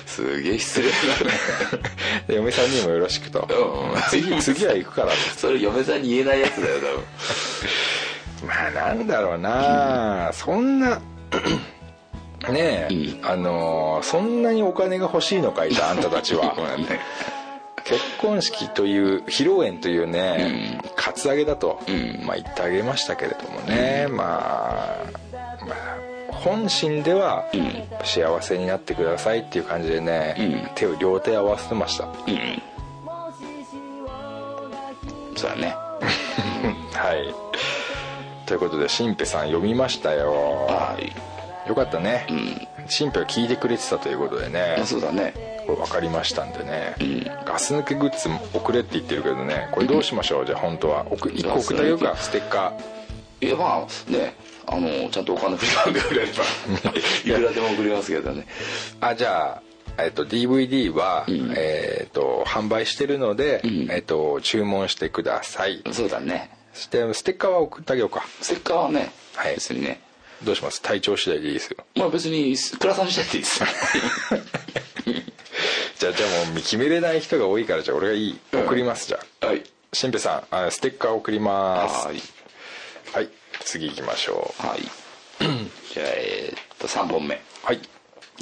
[SPEAKER 3] すげえ失礼だね
[SPEAKER 4] 嫁さんにもよろしくと、
[SPEAKER 3] うん、
[SPEAKER 4] 次次は行くからって
[SPEAKER 3] それ嫁さんに言えないやつだよ
[SPEAKER 4] 多分まあなんだろうな、うん、そんなねえ、うん、あのー、そんなにお金が欲しいのかいとあんたたち は、
[SPEAKER 3] ね、
[SPEAKER 4] 結婚式という披露宴というね、うん、カツアゲだと、
[SPEAKER 3] うん、
[SPEAKER 4] まあ、言ってあげましたけれどもね、まあ、まあ、本心では幸せになってくださいっていう感じでね、手を両手合わせてました、
[SPEAKER 3] そうだね
[SPEAKER 4] はいということで新平さん読みましたよ
[SPEAKER 3] はい
[SPEAKER 4] よかったね、
[SPEAKER 3] うん、
[SPEAKER 4] 新婦が聞いてくれてたということでね
[SPEAKER 3] そうだね
[SPEAKER 4] これ分かりましたんでね、
[SPEAKER 3] うん、
[SPEAKER 4] ガス抜けグッズ送れって言ってるけどねこれどうしましょう、うん、じゃあ本当は送1個送ってあげようかステッカ
[SPEAKER 3] ーいやまあねあのちゃんとお金振り込んでくれればいくらでも送りますけどね
[SPEAKER 4] あじゃあ、えっと、DVD は、うん、えー、っと販売してるので、えっと、注文してください
[SPEAKER 3] そうだね
[SPEAKER 4] そしてステッカーは送ってあげようか
[SPEAKER 3] ステッカーはね、
[SPEAKER 4] はい、
[SPEAKER 3] 別にね
[SPEAKER 4] どうします体調次第でいいですよ
[SPEAKER 3] まあ別に倉さん次第でいいです
[SPEAKER 4] じゃあじゃあもう決めれない人が多いからじゃあ俺がいい、うん、送りますじゃ
[SPEAKER 3] あはい
[SPEAKER 4] 新平さんあステッカー送ります
[SPEAKER 3] はい
[SPEAKER 4] はい次行きましょ
[SPEAKER 3] うはいじゃあえー、っと3本目
[SPEAKER 4] はい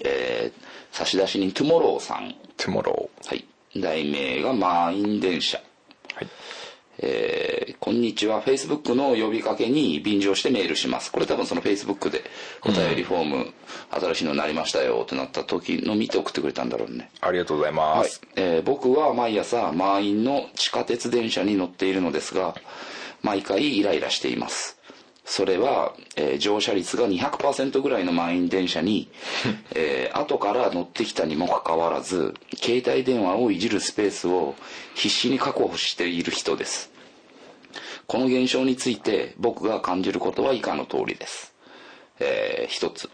[SPEAKER 3] えー、差出人トゥモローさん
[SPEAKER 4] トゥモロ
[SPEAKER 3] ーはい題名が満員電車
[SPEAKER 4] はい
[SPEAKER 3] えー、こんにちは、Facebook の呼びかけに便乗してメールします。これ多分その Facebook でお便りフォーム、うん、新しいのになりましたよってなった時の見て送ってくれたんだろうね。
[SPEAKER 4] ありがとうございます。
[SPEAKER 3] はい、えー、僕は毎朝満員の地下鉄電車に乗っているのですが、毎回イライラしています。それは、えー、乗車率が200%ぐらいの満員電車 に、えー、後から乗ってきたにもかかわらず携帯電話をいじるスペースを必死に確保している人ですこの現象について僕が感じることは以下の通りです、えー、一つ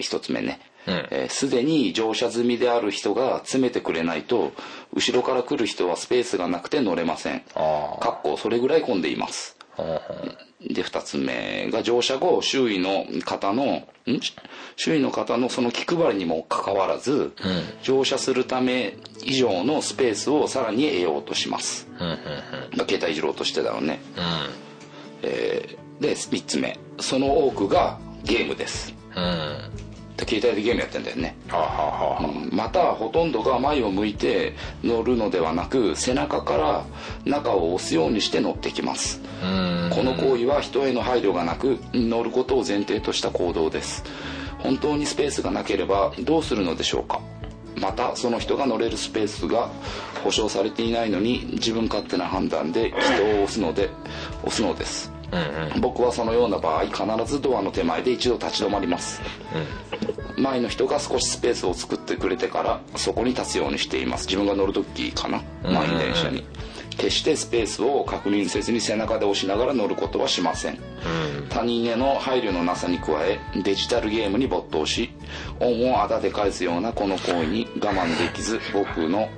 [SPEAKER 3] 一つ目ね
[SPEAKER 4] すで、うん
[SPEAKER 3] えー、に乗車済みである人が詰めてくれないと後ろから来る人はスペースがなくて乗れませんかっこそれぐらい混んでいますで2つ目が乗車後周囲の方の周囲の方のその気配りにもかかわらず、うん、乗車するため以上のスペースをさらに得ようとします、
[SPEAKER 4] うんうんうん、
[SPEAKER 3] 携帯いじろうとしてだろうね、
[SPEAKER 4] うん
[SPEAKER 3] えー、で3つ目その多くがゲームです、
[SPEAKER 4] うん、
[SPEAKER 3] で携帯でゲームやってんだよね、
[SPEAKER 4] はあはあ、
[SPEAKER 3] うん、またほとんどが前を向いて乗るのではなく背中から中を押すようにして乗ってきますこの行為は人への配慮がなく乗ることを前提とした行動です本当にスペースがなければどうするのでしょうかまたその人が乗れるスペースが保証されていないのに自分勝手な判断で人を押すので押すのです
[SPEAKER 4] うんうん、
[SPEAKER 3] 僕はそのような場合必ずドアの手前で一度立ち止まります、
[SPEAKER 4] うん、
[SPEAKER 3] 前の人が少しスペースを作ってくれてからそこに立つようにしています自分が乗る時かな満員電車に、うんうんうん、決してスペースを確認せずに背中で押しながら乗ることはしません、
[SPEAKER 4] うん、
[SPEAKER 3] 他人への配慮のなさに加えデジタルゲームに没頭し恩をあだで返すようなこの行為に我慢できず僕の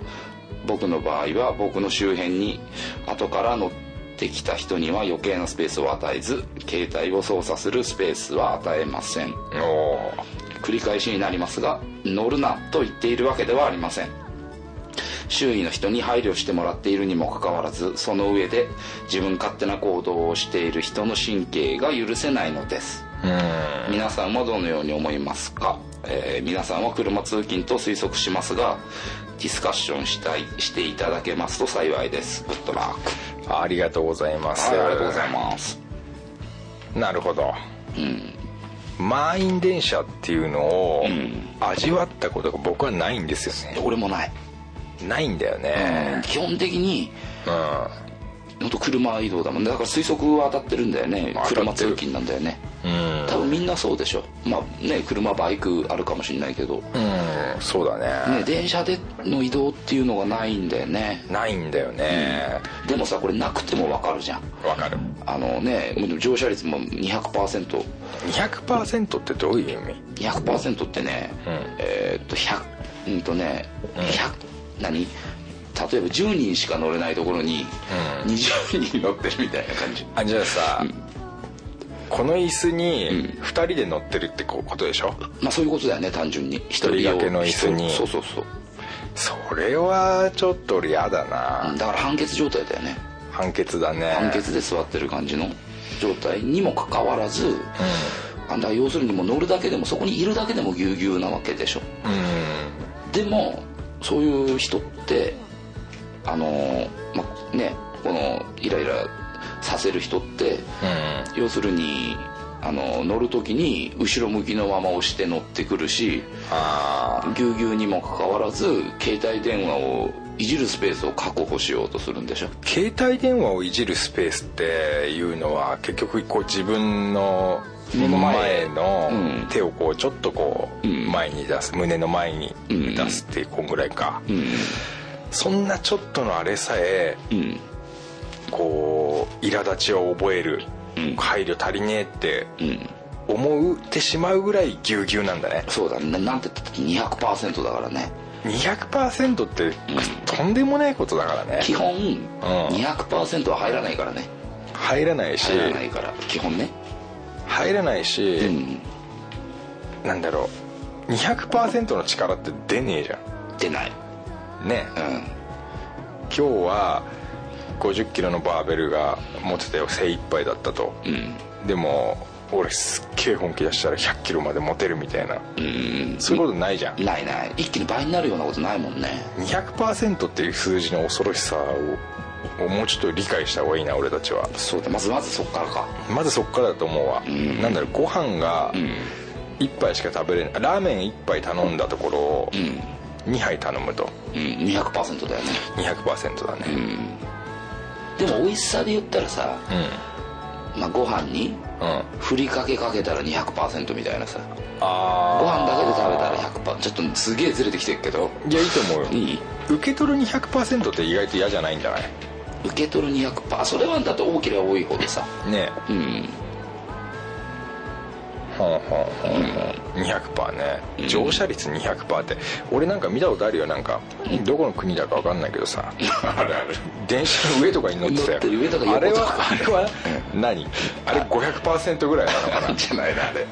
[SPEAKER 3] 僕の場合は僕の周辺に後から乗ってっきた人には余計なスペースを与えず携帯を操作するスペースは与えません繰り返しになりますが乗るなと言っているわけではありません周囲の人に配慮してもらっているにもかかわらずその上で自分勝手な行動をしている人の神経が許せないのです皆さんはどのように思いますか、えー、皆さんは車通勤と推測しますがディスカッションしたいしていただけますと幸いですグッドラック、
[SPEAKER 4] ありがとうございます、はい
[SPEAKER 3] ありがとうございます
[SPEAKER 4] なるほど、、
[SPEAKER 3] うん
[SPEAKER 4] 満員電車っていうのを味わったことが僕はないんですよね、
[SPEAKER 3] 俺もない
[SPEAKER 4] ないんだよね、
[SPEAKER 3] うん、基本的に
[SPEAKER 4] うん
[SPEAKER 3] 本当車移動だもん、ね、だから推測は当たってるんだよね車通勤なんだよね
[SPEAKER 4] うん
[SPEAKER 3] 多分分みんなそうでしょまあね車バイクあるかもしれないけど
[SPEAKER 4] うんそうだね
[SPEAKER 3] ね電車での移動っていうのがないんだよね
[SPEAKER 4] ないんだよね、
[SPEAKER 3] うん、でもさこれなくても分かるじゃん
[SPEAKER 4] 分かる
[SPEAKER 3] あのね乗車率も 200%200%
[SPEAKER 4] 200%ってどういう意味
[SPEAKER 3] ?200% ってね、うん、えー、っと100うんとね100、うん、何例えば10人しか乗れないところに20人乗ってるみたいな感じ、
[SPEAKER 4] あじゃあさ、この椅子に2人で乗ってるってことでしょ、
[SPEAKER 3] まあそういうことだよね単純に1
[SPEAKER 4] 人だけの椅子に
[SPEAKER 3] そうそうそう
[SPEAKER 4] それはちょっと俺嫌だな、
[SPEAKER 3] だから判決状態だよね
[SPEAKER 4] 判決だね
[SPEAKER 3] 判決で座ってる感じの状態にもかかわらず、うんあんだ要するにもう乗るだけでもそこにいるだけでもぎゅうぎゅうなわけでしょ、うん、でもそういう人ってあのー、まあねこのイライラさせる人って、うん、要するにあの乗る時に後ろ向きのまま押して乗ってくるしぎゅうぎゅうにもかかわらず携帯電話をいじるスペースを確保しようとするんでしょ
[SPEAKER 4] 携帯電話をいじるスペースっていうのは結局こう自分の目の前の手をこうちょっとこう前に出す、うん、胸の前に出すっていうこんぐらいか、うん、そんなちょっとのあれさえ、こう苛立ちを覚える、うん、配慮足りねえって思ってしまうぐらいぎゅうぎゅうなんだね
[SPEAKER 3] そうだねなんて言った時200%だからね
[SPEAKER 4] 200%ってとんでもないことだからね、
[SPEAKER 3] 基本200%は入らないからね
[SPEAKER 4] 入らないし
[SPEAKER 3] 入らないから基本ね
[SPEAKER 4] 入らないし、うん、なんだろう200%の力って出ねえじゃん
[SPEAKER 3] 出ない
[SPEAKER 4] ね、うん、今日は5 0キロのバーベルが持ってたよ精一杯だったと、うん、でも俺すっげえ本気出したら1 0 0キロまで持てるみたいな、うん、そういうことないじゃん
[SPEAKER 3] ないない一気に倍になるようなことないもんね
[SPEAKER 4] 200%っていう数字の恐ろしさをもうちょっと理解した方がいいな俺たちは
[SPEAKER 3] そうだまずまずそっからか
[SPEAKER 4] まずそっからだと思うわ、うん、なんだろうご飯が1杯しか食べれない、うん、ラーメン1杯頼んだところを2杯頼むと、
[SPEAKER 3] うん、200%だよね
[SPEAKER 4] 200%だね、
[SPEAKER 3] うん、でも美味しさで言ったらさ、うん、まあ、ご飯にふりかけかけたら200%みたいなさあご飯だけで食べたら100%ちょっとすげえずれてきてるけど
[SPEAKER 4] いやいいと思うよいい受け取る200%って意外と嫌じゃないんじゃない
[SPEAKER 3] 受け取る200%それはだって多ければ多いほどさ
[SPEAKER 4] ね
[SPEAKER 3] えうん
[SPEAKER 4] はあはあはあ、うん、200%ね乗車率200%って、うん、俺なんか見たことあるよなんかどこの国だか分かんないけどさ
[SPEAKER 3] あるある
[SPEAKER 4] 電車の上とかに乗ってたよ
[SPEAKER 3] 上とか
[SPEAKER 4] あれはあれは何あれ500%ぐらいなのかな
[SPEAKER 3] じゃないなあれ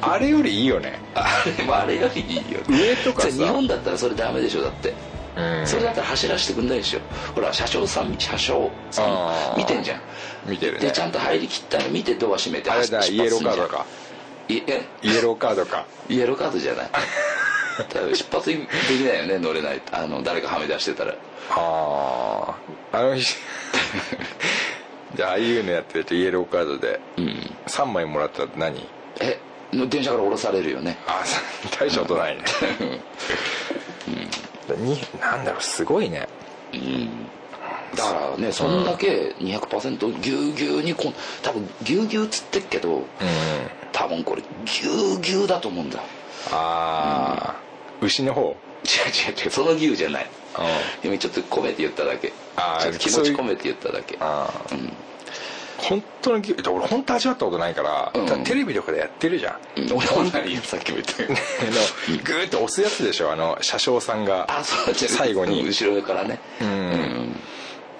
[SPEAKER 4] あれよりいいよね
[SPEAKER 3] あ れあれよりいいよ
[SPEAKER 4] 上とかさ
[SPEAKER 3] 日本だったらそれダメでしょだってうん、それだったら走らせてくんないでしょほら車掌さん車掌さん見てんじゃん
[SPEAKER 4] 見てる、ね、
[SPEAKER 3] でちゃんと入りきったら見てドア閉めて
[SPEAKER 4] あれだイエローカードか
[SPEAKER 3] イえ
[SPEAKER 4] イエローカードか
[SPEAKER 3] イエローカードじゃ ない出発できないよね乗れないあの誰かはめ出してたら
[SPEAKER 4] あああの日 じゃあああいうのやってるとイエローカードで、うん、3枚もらったら何
[SPEAKER 3] え電車から降ろされるよね
[SPEAKER 4] あ 大したことないね、うん、になんだろうすごいね
[SPEAKER 3] うんだからねそんだけ200%ぎゅうぎゅうにこ多分ぎゅうぎゅうっつってっけど、うん、多分これぎゅうぎゅうだと思うんだ
[SPEAKER 4] ああ、うん、牛の方
[SPEAKER 3] 違う違う違うそのぎゅうじゃない、うん、今ちょっと込めて言っただけああ気持ち込めて言っただけああ、うん、
[SPEAKER 4] 本当の牛俺本当味わったことないから,うん、らテレビとかでやってるじゃん、
[SPEAKER 3] うん、俺もないよさっきも言った けど
[SPEAKER 4] グーッと押すやつでしょあの車掌さんが最後に
[SPEAKER 3] 後ろからね、うん、うん、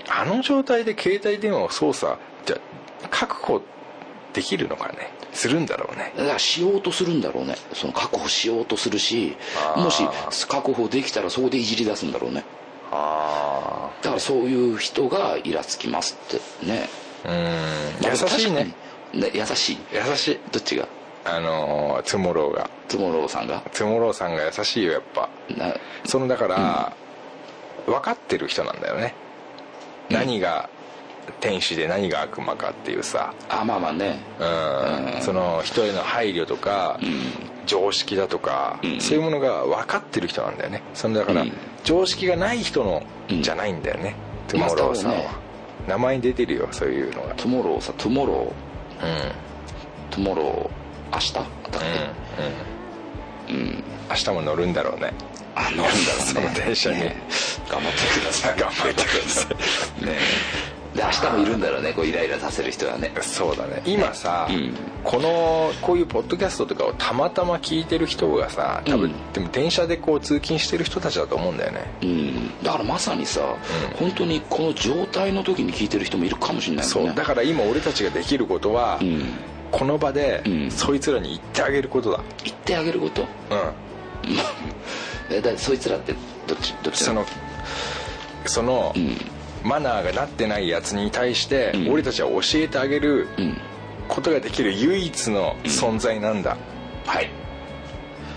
[SPEAKER 4] あの状態で携帯電話を操作じゃ確保できるのかねするんだろうね
[SPEAKER 3] だからしようとするんだろうねその確保しようとするしもし確保できたらそこでいじり出すんだろうねああだからそういう人がイラつきますってね
[SPEAKER 4] うん優しいね
[SPEAKER 3] 優しい
[SPEAKER 4] 優しい
[SPEAKER 3] どっちが
[SPEAKER 4] あのつもろうが
[SPEAKER 3] つもろうさんが
[SPEAKER 4] つもろうさんが優しいよやっぱそのだから、うん、分かってる人なんだよね、うん、何が天使で何が悪魔かっていうさ
[SPEAKER 3] あまあまあね
[SPEAKER 4] うん、その人への配慮とか、うん、常識だとか、そういうものが分かってる人なんだよねそのだから、常識がない人のじゃないんだよね、トゥモローさんは、まあ名前に出てるよそういうのが
[SPEAKER 3] トゥモローさトゥモローうんトゥモロ明日またね
[SPEAKER 4] うん、うん明日も乗るんだろうね
[SPEAKER 3] あ乗るんだろうね
[SPEAKER 4] その電車に、
[SPEAKER 3] ね頑張ってください
[SPEAKER 4] 頑張ってくださ
[SPEAKER 3] いねで明日もいるんだろうねこうイライラさせる人はね
[SPEAKER 4] そうだね今さ、
[SPEAKER 3] うん
[SPEAKER 4] このこういうポッドキャストとかをたまたま聞いてる人がさ多分、
[SPEAKER 3] うん
[SPEAKER 4] でも電車でこう通勤してる人たちだと思うんだよね
[SPEAKER 3] うんだからまさにさ、本当にこの状態の時に聞いてる人もいるかもしれないも
[SPEAKER 4] そ
[SPEAKER 3] ん
[SPEAKER 4] う
[SPEAKER 3] ね
[SPEAKER 4] だから今俺たちができることは、
[SPEAKER 3] うん
[SPEAKER 4] この場で、
[SPEAKER 3] うん
[SPEAKER 4] そいつらに言ってあげることだ
[SPEAKER 3] 言ってあげること
[SPEAKER 4] うん
[SPEAKER 3] えだそいつらってどっちどっち
[SPEAKER 4] そのその、
[SPEAKER 3] うん
[SPEAKER 4] マナーがなってないやつに対して、
[SPEAKER 3] うん
[SPEAKER 4] 俺たちは教えてあげる
[SPEAKER 3] うん
[SPEAKER 4] ことができる唯一の存在なんだ、
[SPEAKER 3] はい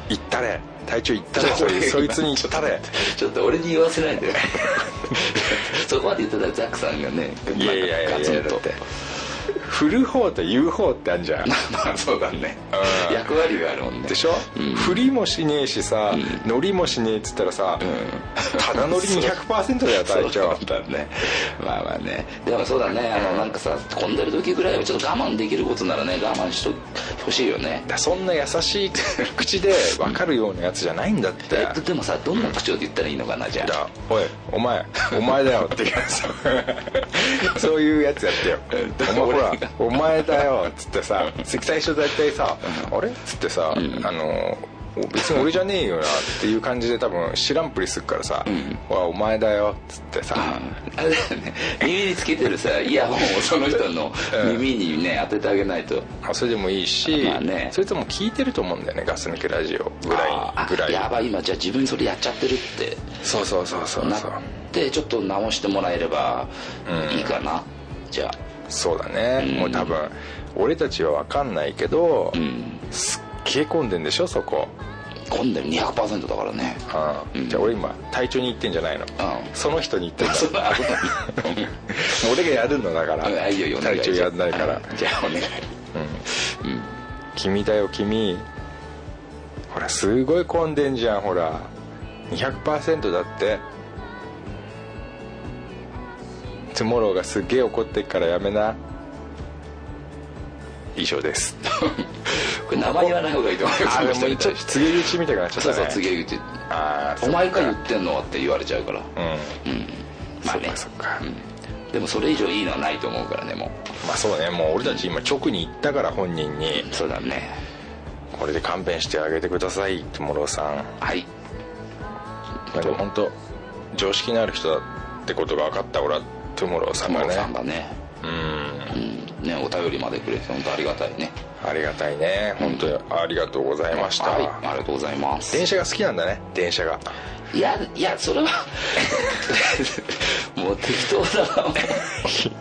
[SPEAKER 4] 言ったれ隊長言ったれそいそいつに言ったれ
[SPEAKER 3] ちょっと俺に言わせない でそこまで言ってたらザックさんがね
[SPEAKER 4] いやいやいや
[SPEAKER 3] ガ
[SPEAKER 4] い
[SPEAKER 3] ツ
[SPEAKER 4] や
[SPEAKER 3] ン
[SPEAKER 4] だ
[SPEAKER 3] と
[SPEAKER 4] って振る方と言う方ってあるじゃ ん
[SPEAKER 3] まあそうだね
[SPEAKER 4] うん
[SPEAKER 3] 役割があるもんね
[SPEAKER 4] でしょ、振りもしねえしさ、乗りもしねえっつったらさ、ただ 乗りに100%だよ隊
[SPEAKER 3] そう
[SPEAKER 4] 長
[SPEAKER 3] だねまあまあねでもそうだねあのなんかさ混んでる時ぐらいはちょっと我慢できることならね我慢しとほしいよね
[SPEAKER 4] だそんな優しい口で分かるようなやつじゃないんだって
[SPEAKER 3] えっとでもさどんな口調で言ったらいいのかなじゃあ
[SPEAKER 4] だおいお前お前だよっていう さそういうやつやってよお前ほらお前だよっつってさ関大将大体さ「あれ?」っつってさ、あのお別に俺じゃねえよなっていう感じで多分知らんぷりするからさ「わお前だよ」っつってさ、
[SPEAKER 3] あれだよね耳につけてる さイヤホンをその人の耳にね当ててあげないと
[SPEAKER 4] あそれでもいいし、
[SPEAKER 3] まあね
[SPEAKER 4] それとも聞いてると思うんだよねガス抜けラジオぐら
[SPEAKER 3] あーあ
[SPEAKER 4] いぐらい
[SPEAKER 3] やばい今じゃあ自分それやっちゃってるって
[SPEAKER 4] そうそうそうそう
[SPEAKER 3] なっ
[SPEAKER 4] そう
[SPEAKER 3] てちょっと直してもらえればいいかな、じゃあ
[SPEAKER 4] そうだね、もう多分俺たちは分かんないけど、
[SPEAKER 3] うん
[SPEAKER 4] すっげえ混んでんでしょそこ、
[SPEAKER 3] 今度200%だからね
[SPEAKER 4] うんじゃあ俺今隊長に言ってんじゃないの、
[SPEAKER 3] ん
[SPEAKER 4] その人に言ってんだ
[SPEAKER 3] そんな危ない
[SPEAKER 4] 俺がやるのだから
[SPEAKER 3] あいいよいいよお願い
[SPEAKER 4] 隊長やんないから、
[SPEAKER 3] あじゃあお願い
[SPEAKER 4] 君だよ君ほらすごい混んでんじゃんほら200%だってトゥモローがすっげえ怒ってっからやめな以上です
[SPEAKER 3] これ名前言わない方がいいと思います
[SPEAKER 4] あ
[SPEAKER 3] そ
[SPEAKER 4] で
[SPEAKER 3] の人
[SPEAKER 4] もちょっ
[SPEAKER 3] に対
[SPEAKER 4] と
[SPEAKER 3] して
[SPEAKER 4] 告げ口みたいになっちゃった
[SPEAKER 3] そう
[SPEAKER 4] ね
[SPEAKER 3] そう次言って
[SPEAKER 4] ああ
[SPEAKER 3] お前が言ってんのはって言われちゃうから
[SPEAKER 4] うん
[SPEAKER 3] まあ
[SPEAKER 4] そっ
[SPEAKER 3] ね
[SPEAKER 4] かそっか、
[SPEAKER 3] でもそれ以上いいのはないと思うからねもう
[SPEAKER 4] まあそうねもう俺たち今直に言ったから本人に
[SPEAKER 3] そうだね
[SPEAKER 4] これで勘弁してあげてくださいトゥモローさん
[SPEAKER 3] はい
[SPEAKER 4] まあでも本当常識のある人だってことが分かった俺はトゥモローさん
[SPEAKER 3] 友
[SPEAKER 4] が
[SPEAKER 3] 野さん
[SPEAKER 4] ね
[SPEAKER 3] がね
[SPEAKER 4] うん
[SPEAKER 3] うんねお便りまでくれて本当ありがたいね
[SPEAKER 4] ありがたいね本当にありがとうございました、
[SPEAKER 3] はいありがとうございます
[SPEAKER 4] 電車が好きなんだね電車 が
[SPEAKER 3] いやいやそれは もう適当だ なも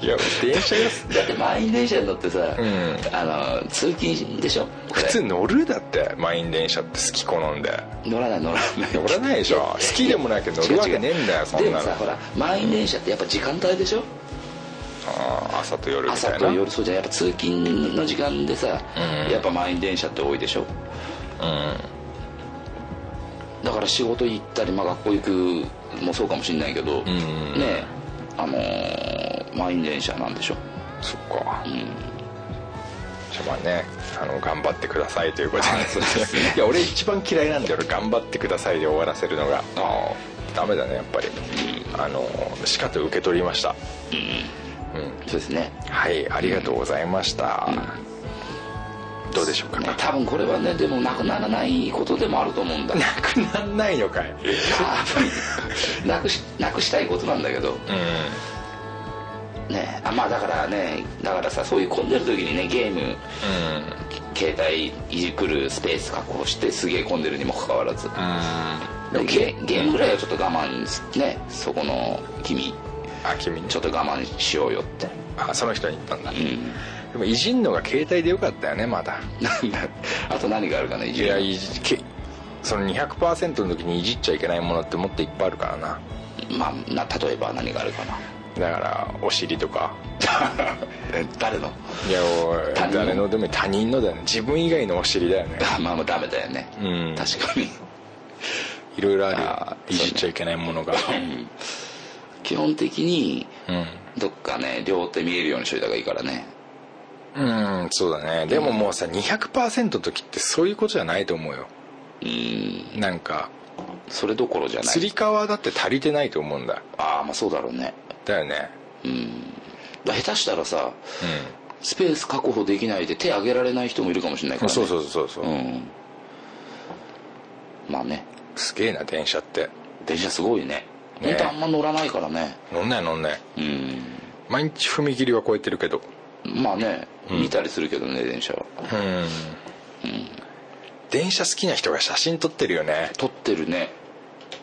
[SPEAKER 3] う
[SPEAKER 4] いや電車が
[SPEAKER 3] だって満員電車に乗ってさ、
[SPEAKER 4] ん
[SPEAKER 3] あの通勤でしょ
[SPEAKER 4] 普通乗るだって満員電車って好き好んで
[SPEAKER 3] 乗らない乗らない
[SPEAKER 4] 乗らないでしょ好きでもないけど乗るわけねえんだよそん
[SPEAKER 3] で
[SPEAKER 4] な
[SPEAKER 3] も
[SPEAKER 4] の
[SPEAKER 3] さほら満員電車ってやっぱ時間帯でしょ
[SPEAKER 4] あー朝と夜みた
[SPEAKER 3] 朝
[SPEAKER 4] いな
[SPEAKER 3] と夜そうじゃんやっぱ通勤の時間でさ、やっぱ満員電車って多いでしょだから仕事行ったり、まあ、学校行くもそうかもしれないけど、ねえあのー満員電車なんでしょ
[SPEAKER 4] そっか、じゃあまあねあの頑張ってくださいということで
[SPEAKER 3] はいそうですね
[SPEAKER 4] いや俺一番嫌いなんだよ俺頑張ってくださいで終わらせるのが
[SPEAKER 3] あ
[SPEAKER 4] ダメだねやっぱり、あのしかと受け取りました
[SPEAKER 3] そうですね
[SPEAKER 4] はいありがとうございました、どうでしょうか、
[SPEAKER 3] ね多分これはねでもなくならないことでもあると思うんだ
[SPEAKER 4] なくなんないのかい
[SPEAKER 3] なくしなくしたいことなんだけど、
[SPEAKER 4] う
[SPEAKER 3] ねあまあだからねだからさそういう混んでる時にねゲーム
[SPEAKER 4] んうん
[SPEAKER 3] 携帯いじくるスペース確保してすげえ混んでるにもかかわらず、
[SPEAKER 4] あ
[SPEAKER 3] でもゲゲームぐらいはちょっと我慢ねそこの君
[SPEAKER 4] 君に
[SPEAKER 3] ちょっと我慢しようよって
[SPEAKER 4] あその人に言ったんだ、
[SPEAKER 3] うん
[SPEAKER 4] でもいじんのが携帯でよかったよねま だ
[SPEAKER 3] なんだあと何があるかねい
[SPEAKER 4] い
[SPEAKER 3] じる
[SPEAKER 4] やいじけその200%の時にいじっちゃいけないものってもっといっぱいあるからな
[SPEAKER 3] まあな例えば何があるかな
[SPEAKER 4] だからお尻とか
[SPEAKER 3] え誰の
[SPEAKER 4] いやおい
[SPEAKER 3] 他人の
[SPEAKER 4] 誰のでも他人のだよね自分以外のお尻だよね
[SPEAKER 3] あまあまあダメだよね、
[SPEAKER 4] うん
[SPEAKER 3] 確かに
[SPEAKER 4] いろいろある
[SPEAKER 3] あ
[SPEAKER 4] よ
[SPEAKER 3] ー
[SPEAKER 4] いじっちゃいけないものが
[SPEAKER 3] 基本的に
[SPEAKER 4] うん
[SPEAKER 3] どっかね両手見えるようにしといた方がいいからね
[SPEAKER 4] うんそうだねでももうさ200%の時ってそういうことじゃないと思うよ
[SPEAKER 3] うん
[SPEAKER 4] なんか
[SPEAKER 3] それどころじゃない
[SPEAKER 4] つり革だって足りてないと思うんだ
[SPEAKER 3] ああまあそうだろうね
[SPEAKER 4] だよね
[SPEAKER 3] うん下手したらさ
[SPEAKER 4] う
[SPEAKER 3] スペース確保できないで手挙げられない人もいるかもしれないか
[SPEAKER 4] ん
[SPEAKER 3] ら、ね、
[SPEAKER 4] そうそうそうそう、
[SPEAKER 3] うんまあね
[SPEAKER 4] すげえな電車って
[SPEAKER 3] 電車すごいね本
[SPEAKER 4] ね
[SPEAKER 3] 当あんま乗らないからね
[SPEAKER 4] 乗んない乗んない
[SPEAKER 3] うん
[SPEAKER 4] 毎日踏切は超えてるけど
[SPEAKER 3] まあね、
[SPEAKER 4] うん
[SPEAKER 3] 見たりするけどね電車は
[SPEAKER 4] うん電車好きな人が写真撮ってるよね
[SPEAKER 3] 撮ってるね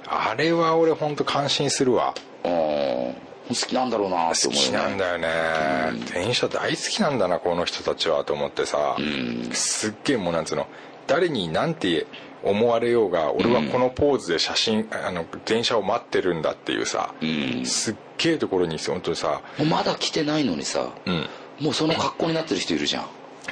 [SPEAKER 4] あれは俺本当感心するわ
[SPEAKER 3] あー好きなんだろうなって
[SPEAKER 4] 好
[SPEAKER 3] 思うよ
[SPEAKER 4] き
[SPEAKER 3] ね
[SPEAKER 4] なんだよね、電車大好きなんだなこの人たちはと思ってさ、
[SPEAKER 3] ん
[SPEAKER 4] すっげえもうなんつうの誰になんて思われようが俺はこのポーズで写真、あの電車を待ってるんだっていうさ、
[SPEAKER 3] うん
[SPEAKER 4] すっげえところに本当にさ、
[SPEAKER 3] もうまだ来てないのにさ、
[SPEAKER 4] うん、
[SPEAKER 3] もうその格好になってる人いるじゃん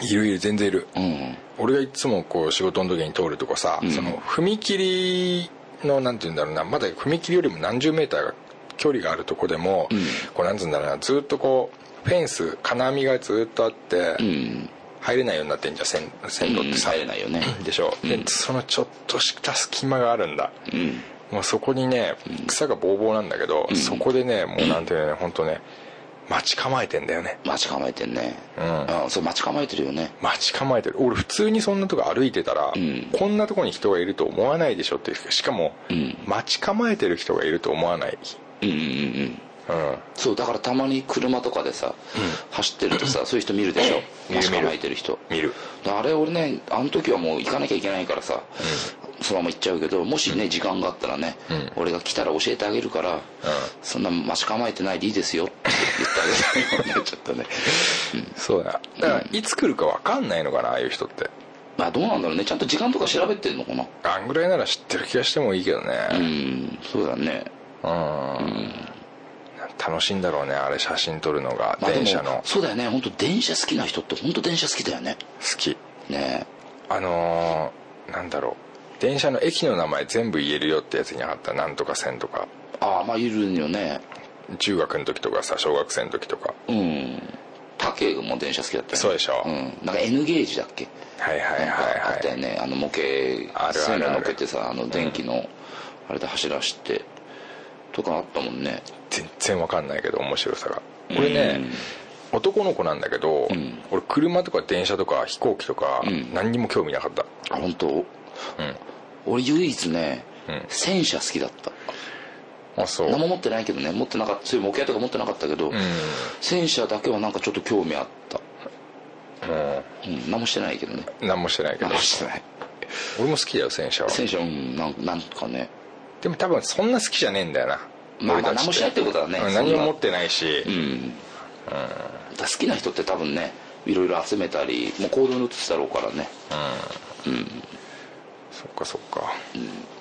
[SPEAKER 4] いるいる全然いる
[SPEAKER 3] うん
[SPEAKER 4] 俺がいつもこう仕事の時に通るとこさ、
[SPEAKER 3] ん
[SPEAKER 4] その踏切のなんて言うんだろうなまだ踏切よりも何十メーターが距離があるとこでも、こうなんつうんだろうなずっとこうフェンス金網がずっとあって、
[SPEAKER 3] うん
[SPEAKER 4] 入れないようになってんじゃん線線路ってさ、
[SPEAKER 3] 入れないよね
[SPEAKER 4] でしょ、でそのちょっとした隙間があるんだ、
[SPEAKER 3] うん
[SPEAKER 4] もうそこにね草がボーボーなんだけど、そこでねもうなんていうのね本当ね待ち構えてんだよね
[SPEAKER 3] 待ち構えてんね
[SPEAKER 4] うん
[SPEAKER 3] あそう待ち構えてるよね
[SPEAKER 4] 待ち構えてる俺普通にそんなとこ歩いてたら、
[SPEAKER 3] ん
[SPEAKER 4] こんなとこに人がいると思わないでしょってしかも、
[SPEAKER 3] ん
[SPEAKER 4] 待ち構えてる人がいると思わない
[SPEAKER 3] うんうんうんうん
[SPEAKER 4] うん
[SPEAKER 3] そうだからたまに車とかでさ、走ってるとさそういう人見るでしょ
[SPEAKER 4] 見る
[SPEAKER 3] 待ち構えてる人
[SPEAKER 4] 見る
[SPEAKER 3] あれ俺ねあの時はもう行かなきゃいけないからさ、そのまま行っちゃうけどもしね時間があったらね、俺が来たら教えてあげるから、そんな待ち構えてないでいいですよって言ってあげたいようになっちゃったね、うん
[SPEAKER 4] そうだだからいつ来るか分かんないのかなああいう人って
[SPEAKER 3] まあどうなんだろうねちゃんと時間とか調べてんのかな
[SPEAKER 4] あんぐらいなら知ってる気がしてもいいけどね
[SPEAKER 3] うんそうだね
[SPEAKER 4] うん、楽しいんだろうねあれ写真撮るのが、
[SPEAKER 3] まあで
[SPEAKER 4] 電車
[SPEAKER 3] も
[SPEAKER 4] の
[SPEAKER 3] そうだよね本当電車好きな人って本当電車好きだよね
[SPEAKER 4] 好き
[SPEAKER 3] ね
[SPEAKER 4] あのーなんだろう電車の駅の名前全部言えるよってやつになかったなんとか線とか
[SPEAKER 3] ああまあいるよね
[SPEAKER 4] 中学の時とかさ小学生の時とか
[SPEAKER 3] うん武も電車好きだったよね
[SPEAKER 4] そうでしょ
[SPEAKER 3] うん、なんか N ゲージだっけ
[SPEAKER 4] はいは
[SPEAKER 3] な
[SPEAKER 4] いはい
[SPEAKER 3] んかあ
[SPEAKER 4] は
[SPEAKER 3] っ
[SPEAKER 4] い
[SPEAKER 3] たよねあの模型
[SPEAKER 4] あるある
[SPEAKER 3] 線路のけてさあの電気のあれで走らしてとかあったもんね
[SPEAKER 4] 全然わかんないけど面白さがこれね、男の子なんだけど、
[SPEAKER 3] ん
[SPEAKER 4] 俺車とか電車とか飛行機とか、
[SPEAKER 3] うん
[SPEAKER 4] 何にも興味なかった
[SPEAKER 3] あ本当
[SPEAKER 4] うん
[SPEAKER 3] 俺唯一ね、
[SPEAKER 4] うん
[SPEAKER 3] 戦車好きだった
[SPEAKER 4] あそう
[SPEAKER 3] 何も持ってないけどね持ってなかったそういう模型とか持ってなかったけど、
[SPEAKER 4] うん
[SPEAKER 3] 戦車だけはなんかちょっと興味あった、
[SPEAKER 4] も
[SPEAKER 3] うん、何もしてないけどね
[SPEAKER 4] う何もしてないけど
[SPEAKER 3] 何もしてない
[SPEAKER 4] 俺も好きだよ戦車は
[SPEAKER 3] 戦車うんなんなんかね
[SPEAKER 4] でも多分そんな好きじゃねえんだよな
[SPEAKER 3] まあ
[SPEAKER 4] 俺たち
[SPEAKER 3] 何もしないってことはね
[SPEAKER 4] うん
[SPEAKER 3] そん
[SPEAKER 4] 何
[SPEAKER 3] な
[SPEAKER 4] も持ってないし
[SPEAKER 3] うん、だから好きな人って多分ねいろいろ集めたりもう行動に移したろうからね
[SPEAKER 4] そっかそっか、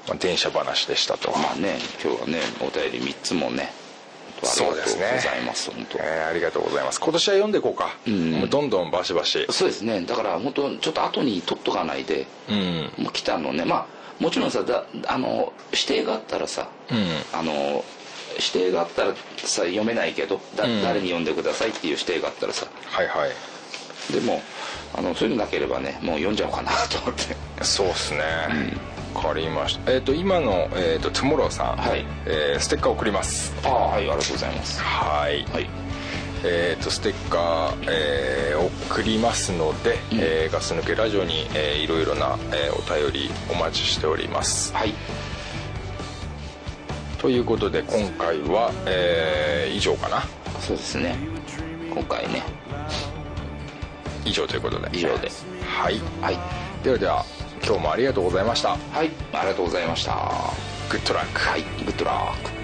[SPEAKER 4] まあ、電車話でしたと、
[SPEAKER 3] まあね今日はねお便り3つもね
[SPEAKER 4] そうですね
[SPEAKER 3] ありがとうございます本
[SPEAKER 4] えーありがとうございます今年は読んでいこうか、
[SPEAKER 3] ん
[SPEAKER 4] もうどんどんバシバシ
[SPEAKER 3] 当そうですねだから本当ちょっと後に取っとかないで
[SPEAKER 4] うんうん
[SPEAKER 3] もう来たのねまあもちろんさだあの指定があったらさあの指定があったらさ読めないけどだ、
[SPEAKER 4] うん
[SPEAKER 3] 誰に読んでくださいっていう指定があったらさ
[SPEAKER 4] はいはい
[SPEAKER 3] でもあのそういうのなければねもう読んじゃおうかなと思って
[SPEAKER 4] そうっすね、わかりましたえっ、と今の、えー、とトゥモローさん、
[SPEAKER 3] はい
[SPEAKER 4] えーステッカー送ります
[SPEAKER 3] ああはいありがとうございます
[SPEAKER 4] はい
[SPEAKER 3] はい
[SPEAKER 4] えー、とステッカー、えー送りますので、えーガス抜けラジオに、えーいろいろな、えーお便りお待ちしております
[SPEAKER 3] はい
[SPEAKER 4] ということで今回は、えー以上かな
[SPEAKER 3] そうですね今回ね
[SPEAKER 4] 以上ということで
[SPEAKER 3] 以上で
[SPEAKER 4] はい
[SPEAKER 3] はい
[SPEAKER 4] ではでは今日もありがとうございました
[SPEAKER 3] はいありがとうございました
[SPEAKER 4] グッドラック
[SPEAKER 3] はいグッドラック